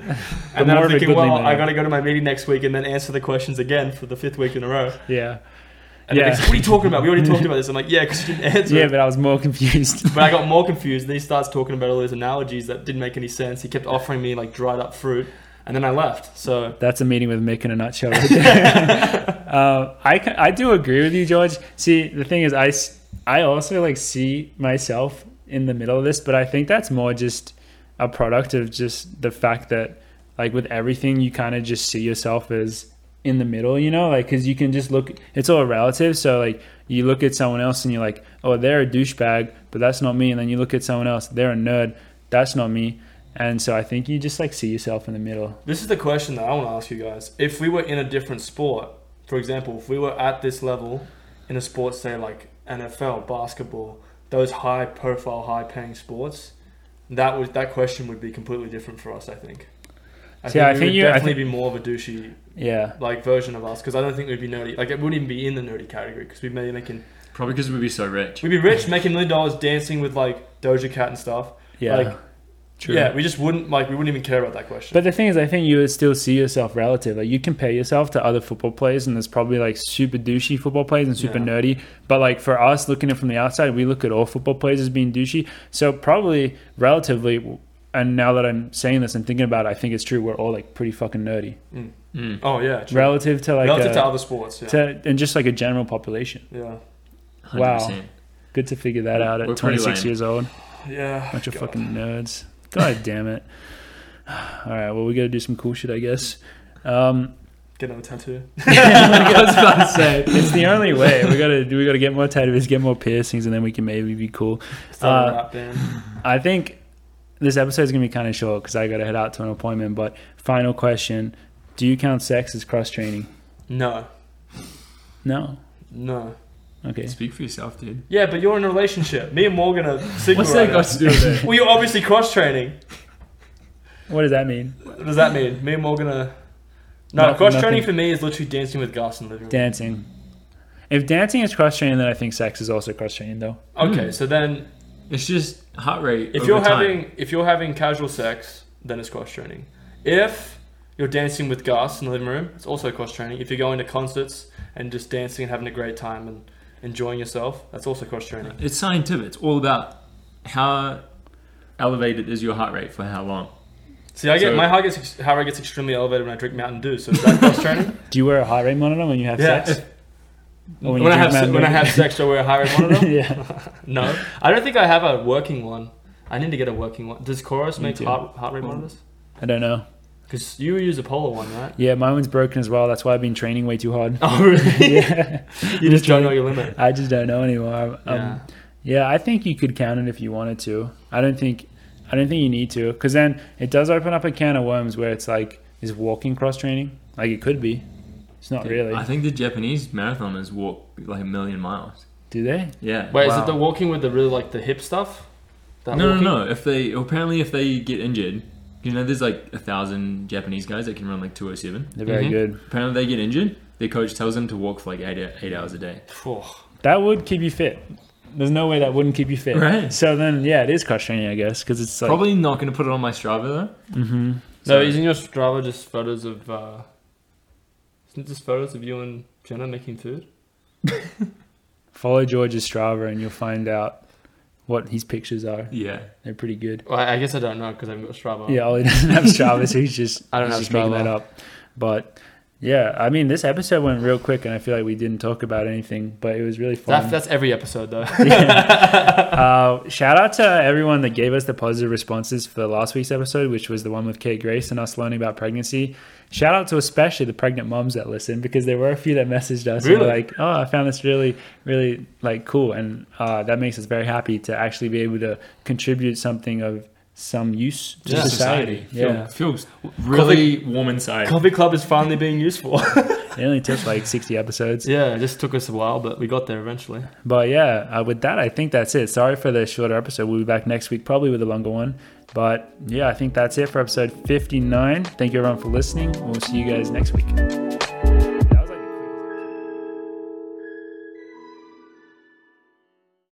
Speaker 2: and
Speaker 1: more
Speaker 2: then I'm
Speaker 1: of a
Speaker 2: thinking,
Speaker 1: goodly
Speaker 2: well, I
Speaker 1: man.
Speaker 2: got to go to my meeting next week and then answer the questions again for the fifth week in a row.
Speaker 1: Yeah,
Speaker 2: And yeah.
Speaker 1: Yeah.
Speaker 2: what are you talking about? We already
Speaker 1: (laughs)
Speaker 2: talked about this. I'm like, yeah, because you didn't answer.
Speaker 1: yeah,
Speaker 2: it."
Speaker 1: but I was more (laughs) confused.
Speaker 2: But I got more confused. Then he starts talking about all these analogies that didn't make any sense. He kept offering me like dried up fruit, and then I left. So
Speaker 1: That's a meeting with Mick in a nutshell. right there. uh, I ca- I do agree with you, George. See, the thing is, I s- I also like see myself in the middle of this, but I think that's more just a product of just the fact that like with everything, you kind of just see yourself as in the middle, you know, like because you can just look. It's all relative. So like you look at someone else and you're like, oh, they're a douchebag, but that's not me. And then you look at someone else, they're a nerd, that's not me. And so I think you just like see yourself in the middle.
Speaker 2: this is the question that I want to ask you guys: If we were in a different sport, for example, if we were at this level in a sport, say like NFL, basketball, those high-profile, high-paying sports, that would that question would be completely different for us. I think. I
Speaker 1: See,
Speaker 2: think
Speaker 1: I
Speaker 2: we
Speaker 1: think
Speaker 2: would
Speaker 1: you- I
Speaker 2: definitely be more of a douchey
Speaker 1: Yeah.
Speaker 2: like version of us because I don't think we'd be nerdy. Like it wouldn't even be in the nerdy category because we'd be making
Speaker 3: Probably because we'd be so rich.
Speaker 2: We'd be rich, making million dollars, dancing with like Doja Cat and stuff.
Speaker 1: Yeah.
Speaker 2: Like, Yeah, we just wouldn't like we wouldn't even care about that question.
Speaker 1: but the thing is, I think you would still see yourself relative. Like you compare yourself to other football players, and there's probably like super douchey football players and super
Speaker 2: Yeah.
Speaker 1: nerdy. But like for us, looking at it from the outside, we look at all football players as being douchey. So probably relatively, and now that I'm saying this and thinking about it, I think it's true. We're all like pretty fucking nerdy
Speaker 3: Mm.
Speaker 2: oh yeah, true.
Speaker 1: relative to like uh,
Speaker 2: relative
Speaker 1: a-
Speaker 2: to other sports. Yeah.
Speaker 1: to- and just like a general population.
Speaker 2: yeah,
Speaker 3: 100%.
Speaker 1: Wow. Good to figure that out at
Speaker 3: We're pretty
Speaker 1: 26
Speaker 3: lame.
Speaker 1: years old.
Speaker 2: yeah.
Speaker 1: Bunch of (sighs)
Speaker 2: God.
Speaker 1: fucking nerds. God damn it. All right, well, we got to do some cool shit, I guess. Um,
Speaker 2: Get another tattoo.
Speaker 1: Uh, (laughs) I was about to say it's the only way. We gotta we gotta get more tattoos, get more piercings, and then we can maybe be cool.
Speaker 2: Start
Speaker 1: Uh,
Speaker 2: a rap band.
Speaker 1: I think this episode is gonna be kind of short because I gotta head out to an appointment. But final question: Do you count sex as cross training?
Speaker 2: No,
Speaker 1: No.
Speaker 2: no.
Speaker 1: Okay.
Speaker 3: Speak for yourself, dude.
Speaker 2: Yeah, but you're in a relationship. Me and Morgan are single.
Speaker 3: What's that
Speaker 2: right
Speaker 3: got
Speaker 2: now.
Speaker 3: to do with
Speaker 2: (laughs)
Speaker 3: it?
Speaker 2: Well, you're obviously cross training.
Speaker 1: What does that mean?
Speaker 2: What does that mean? Me and Morgan are. No,
Speaker 1: Nothing-
Speaker 2: cross training
Speaker 1: nothing.
Speaker 2: for me is literally dancing with Gus in the living room.
Speaker 1: Dancing. If dancing is cross training, then I think sex is also cross training, though.
Speaker 2: Okay,
Speaker 3: Mm.
Speaker 2: so then
Speaker 3: (laughs) It's just heart rate.
Speaker 2: if
Speaker 3: over
Speaker 2: you're
Speaker 3: time.
Speaker 2: having if you're having casual sex, then it's cross training. If you're dancing with Gus in the living room, it's also cross training. If you're going to concerts and just dancing and having a great time and enjoying yourself, that's also cross training.
Speaker 3: It's scientific. It's all about how elevated is your heart rate for how long.
Speaker 2: See, I get
Speaker 3: So-
Speaker 2: my heart gets ex- heart rate gets extremely elevated when I drink Mountain Dew, so is that
Speaker 1: (laughs)
Speaker 2: cross training?
Speaker 1: Do you wear a heart rate monitor when you have
Speaker 2: Yeah.
Speaker 1: (laughs) sex? Or
Speaker 2: when
Speaker 1: you
Speaker 2: I
Speaker 1: drink
Speaker 2: have se-
Speaker 1: Mountain
Speaker 2: when I
Speaker 1: Dew?
Speaker 2: have
Speaker 1: (laughs)
Speaker 2: sex, do I wear a high rate monitor?
Speaker 1: yeah.
Speaker 2: No, I don't think I have a working one. I need to get a working one. Does Chorus
Speaker 1: Me
Speaker 2: make
Speaker 1: too.
Speaker 2: heart, heart rate
Speaker 3: Mm.
Speaker 2: monitors?
Speaker 1: I don't know.
Speaker 2: Because you use a Polar one, right?
Speaker 1: Yeah, my one's broken as well. That's why I've been training way too hard.
Speaker 2: Oh,
Speaker 1: (laughs)
Speaker 2: really?
Speaker 1: yeah.
Speaker 2: (laughs) you just don't know your limit.
Speaker 1: I just don't know anymore. Um,
Speaker 2: Yeah.
Speaker 1: yeah, I think you could count it if you wanted to. I don't think, I don't think you need to, because then it does open up a can of worms where it's like, is walking cross training? Like it could be. It's not really.
Speaker 3: I think the Japanese marathoners walk like a million miles.
Speaker 1: Do they?
Speaker 3: Yeah.
Speaker 2: Wait, is
Speaker 1: Wow.
Speaker 2: it the walking with the really like the hip stuff? That
Speaker 3: no,
Speaker 2: walking?
Speaker 3: no, no. If they apparently if they get injured, you know, there's like a thousand Japanese guys that can run like 207.
Speaker 1: They're very
Speaker 2: Mhm.
Speaker 1: good.
Speaker 3: Apparently they get injured. Their coach tells them to walk for like eight, eight hours a day.
Speaker 2: Phew.
Speaker 1: That would keep you fit. There's no way that wouldn't keep you fit.
Speaker 3: Right.
Speaker 1: So then, yeah, it is cross training, I guess, because it's like.
Speaker 3: Probably not going to put it on my Strava though.
Speaker 1: hmm
Speaker 2: No,
Speaker 3: So-
Speaker 2: isn't your Strava just photos of? uh Isn't this photos of you and Jenna making food?
Speaker 1: Follow George's Strava and you'll find out what his pictures are.
Speaker 3: Yeah.
Speaker 1: They're pretty good.
Speaker 2: Well, I I guess I don't know because I've got Strava.
Speaker 1: Yeah, Ollie doesn't have Strava, so he's just,
Speaker 2: (laughs) I don't
Speaker 1: he's
Speaker 2: have
Speaker 1: just making
Speaker 2: Strava.
Speaker 1: that up. But yeah, I mean, this episode went real quick, and I feel like we didn't talk about anything, but it was really fun.
Speaker 2: That, that's every episode
Speaker 1: (laughs)
Speaker 2: though.
Speaker 1: uh, shout out to everyone that gave us the positive responses for last week's episode, which was the one with Kate Grace and us learning about pregnancy. Shout out to especially the pregnant moms that listened because there were a few that messaged us and were
Speaker 2: Really?
Speaker 1: like, "Oh, I found this really, really like cool," and uh, that makes us very happy to actually be able to contribute something of some use to
Speaker 2: Yeah.
Speaker 1: society.
Speaker 2: (laughs)
Speaker 1: Yeah,
Speaker 3: Feels really warm inside.
Speaker 2: Coffee Club is finally being useful.
Speaker 1: it only took like sixty episodes.
Speaker 2: (laughs) yeah, it just took us a while, but we got there eventually.
Speaker 1: But yeah, uh, with that, I think that's it. Sorry for the shorter episode. We'll be back next week, probably with a longer one. But yeah, I think that's it for episode 59. Thank you everyone for listening. We'll see you guys next week.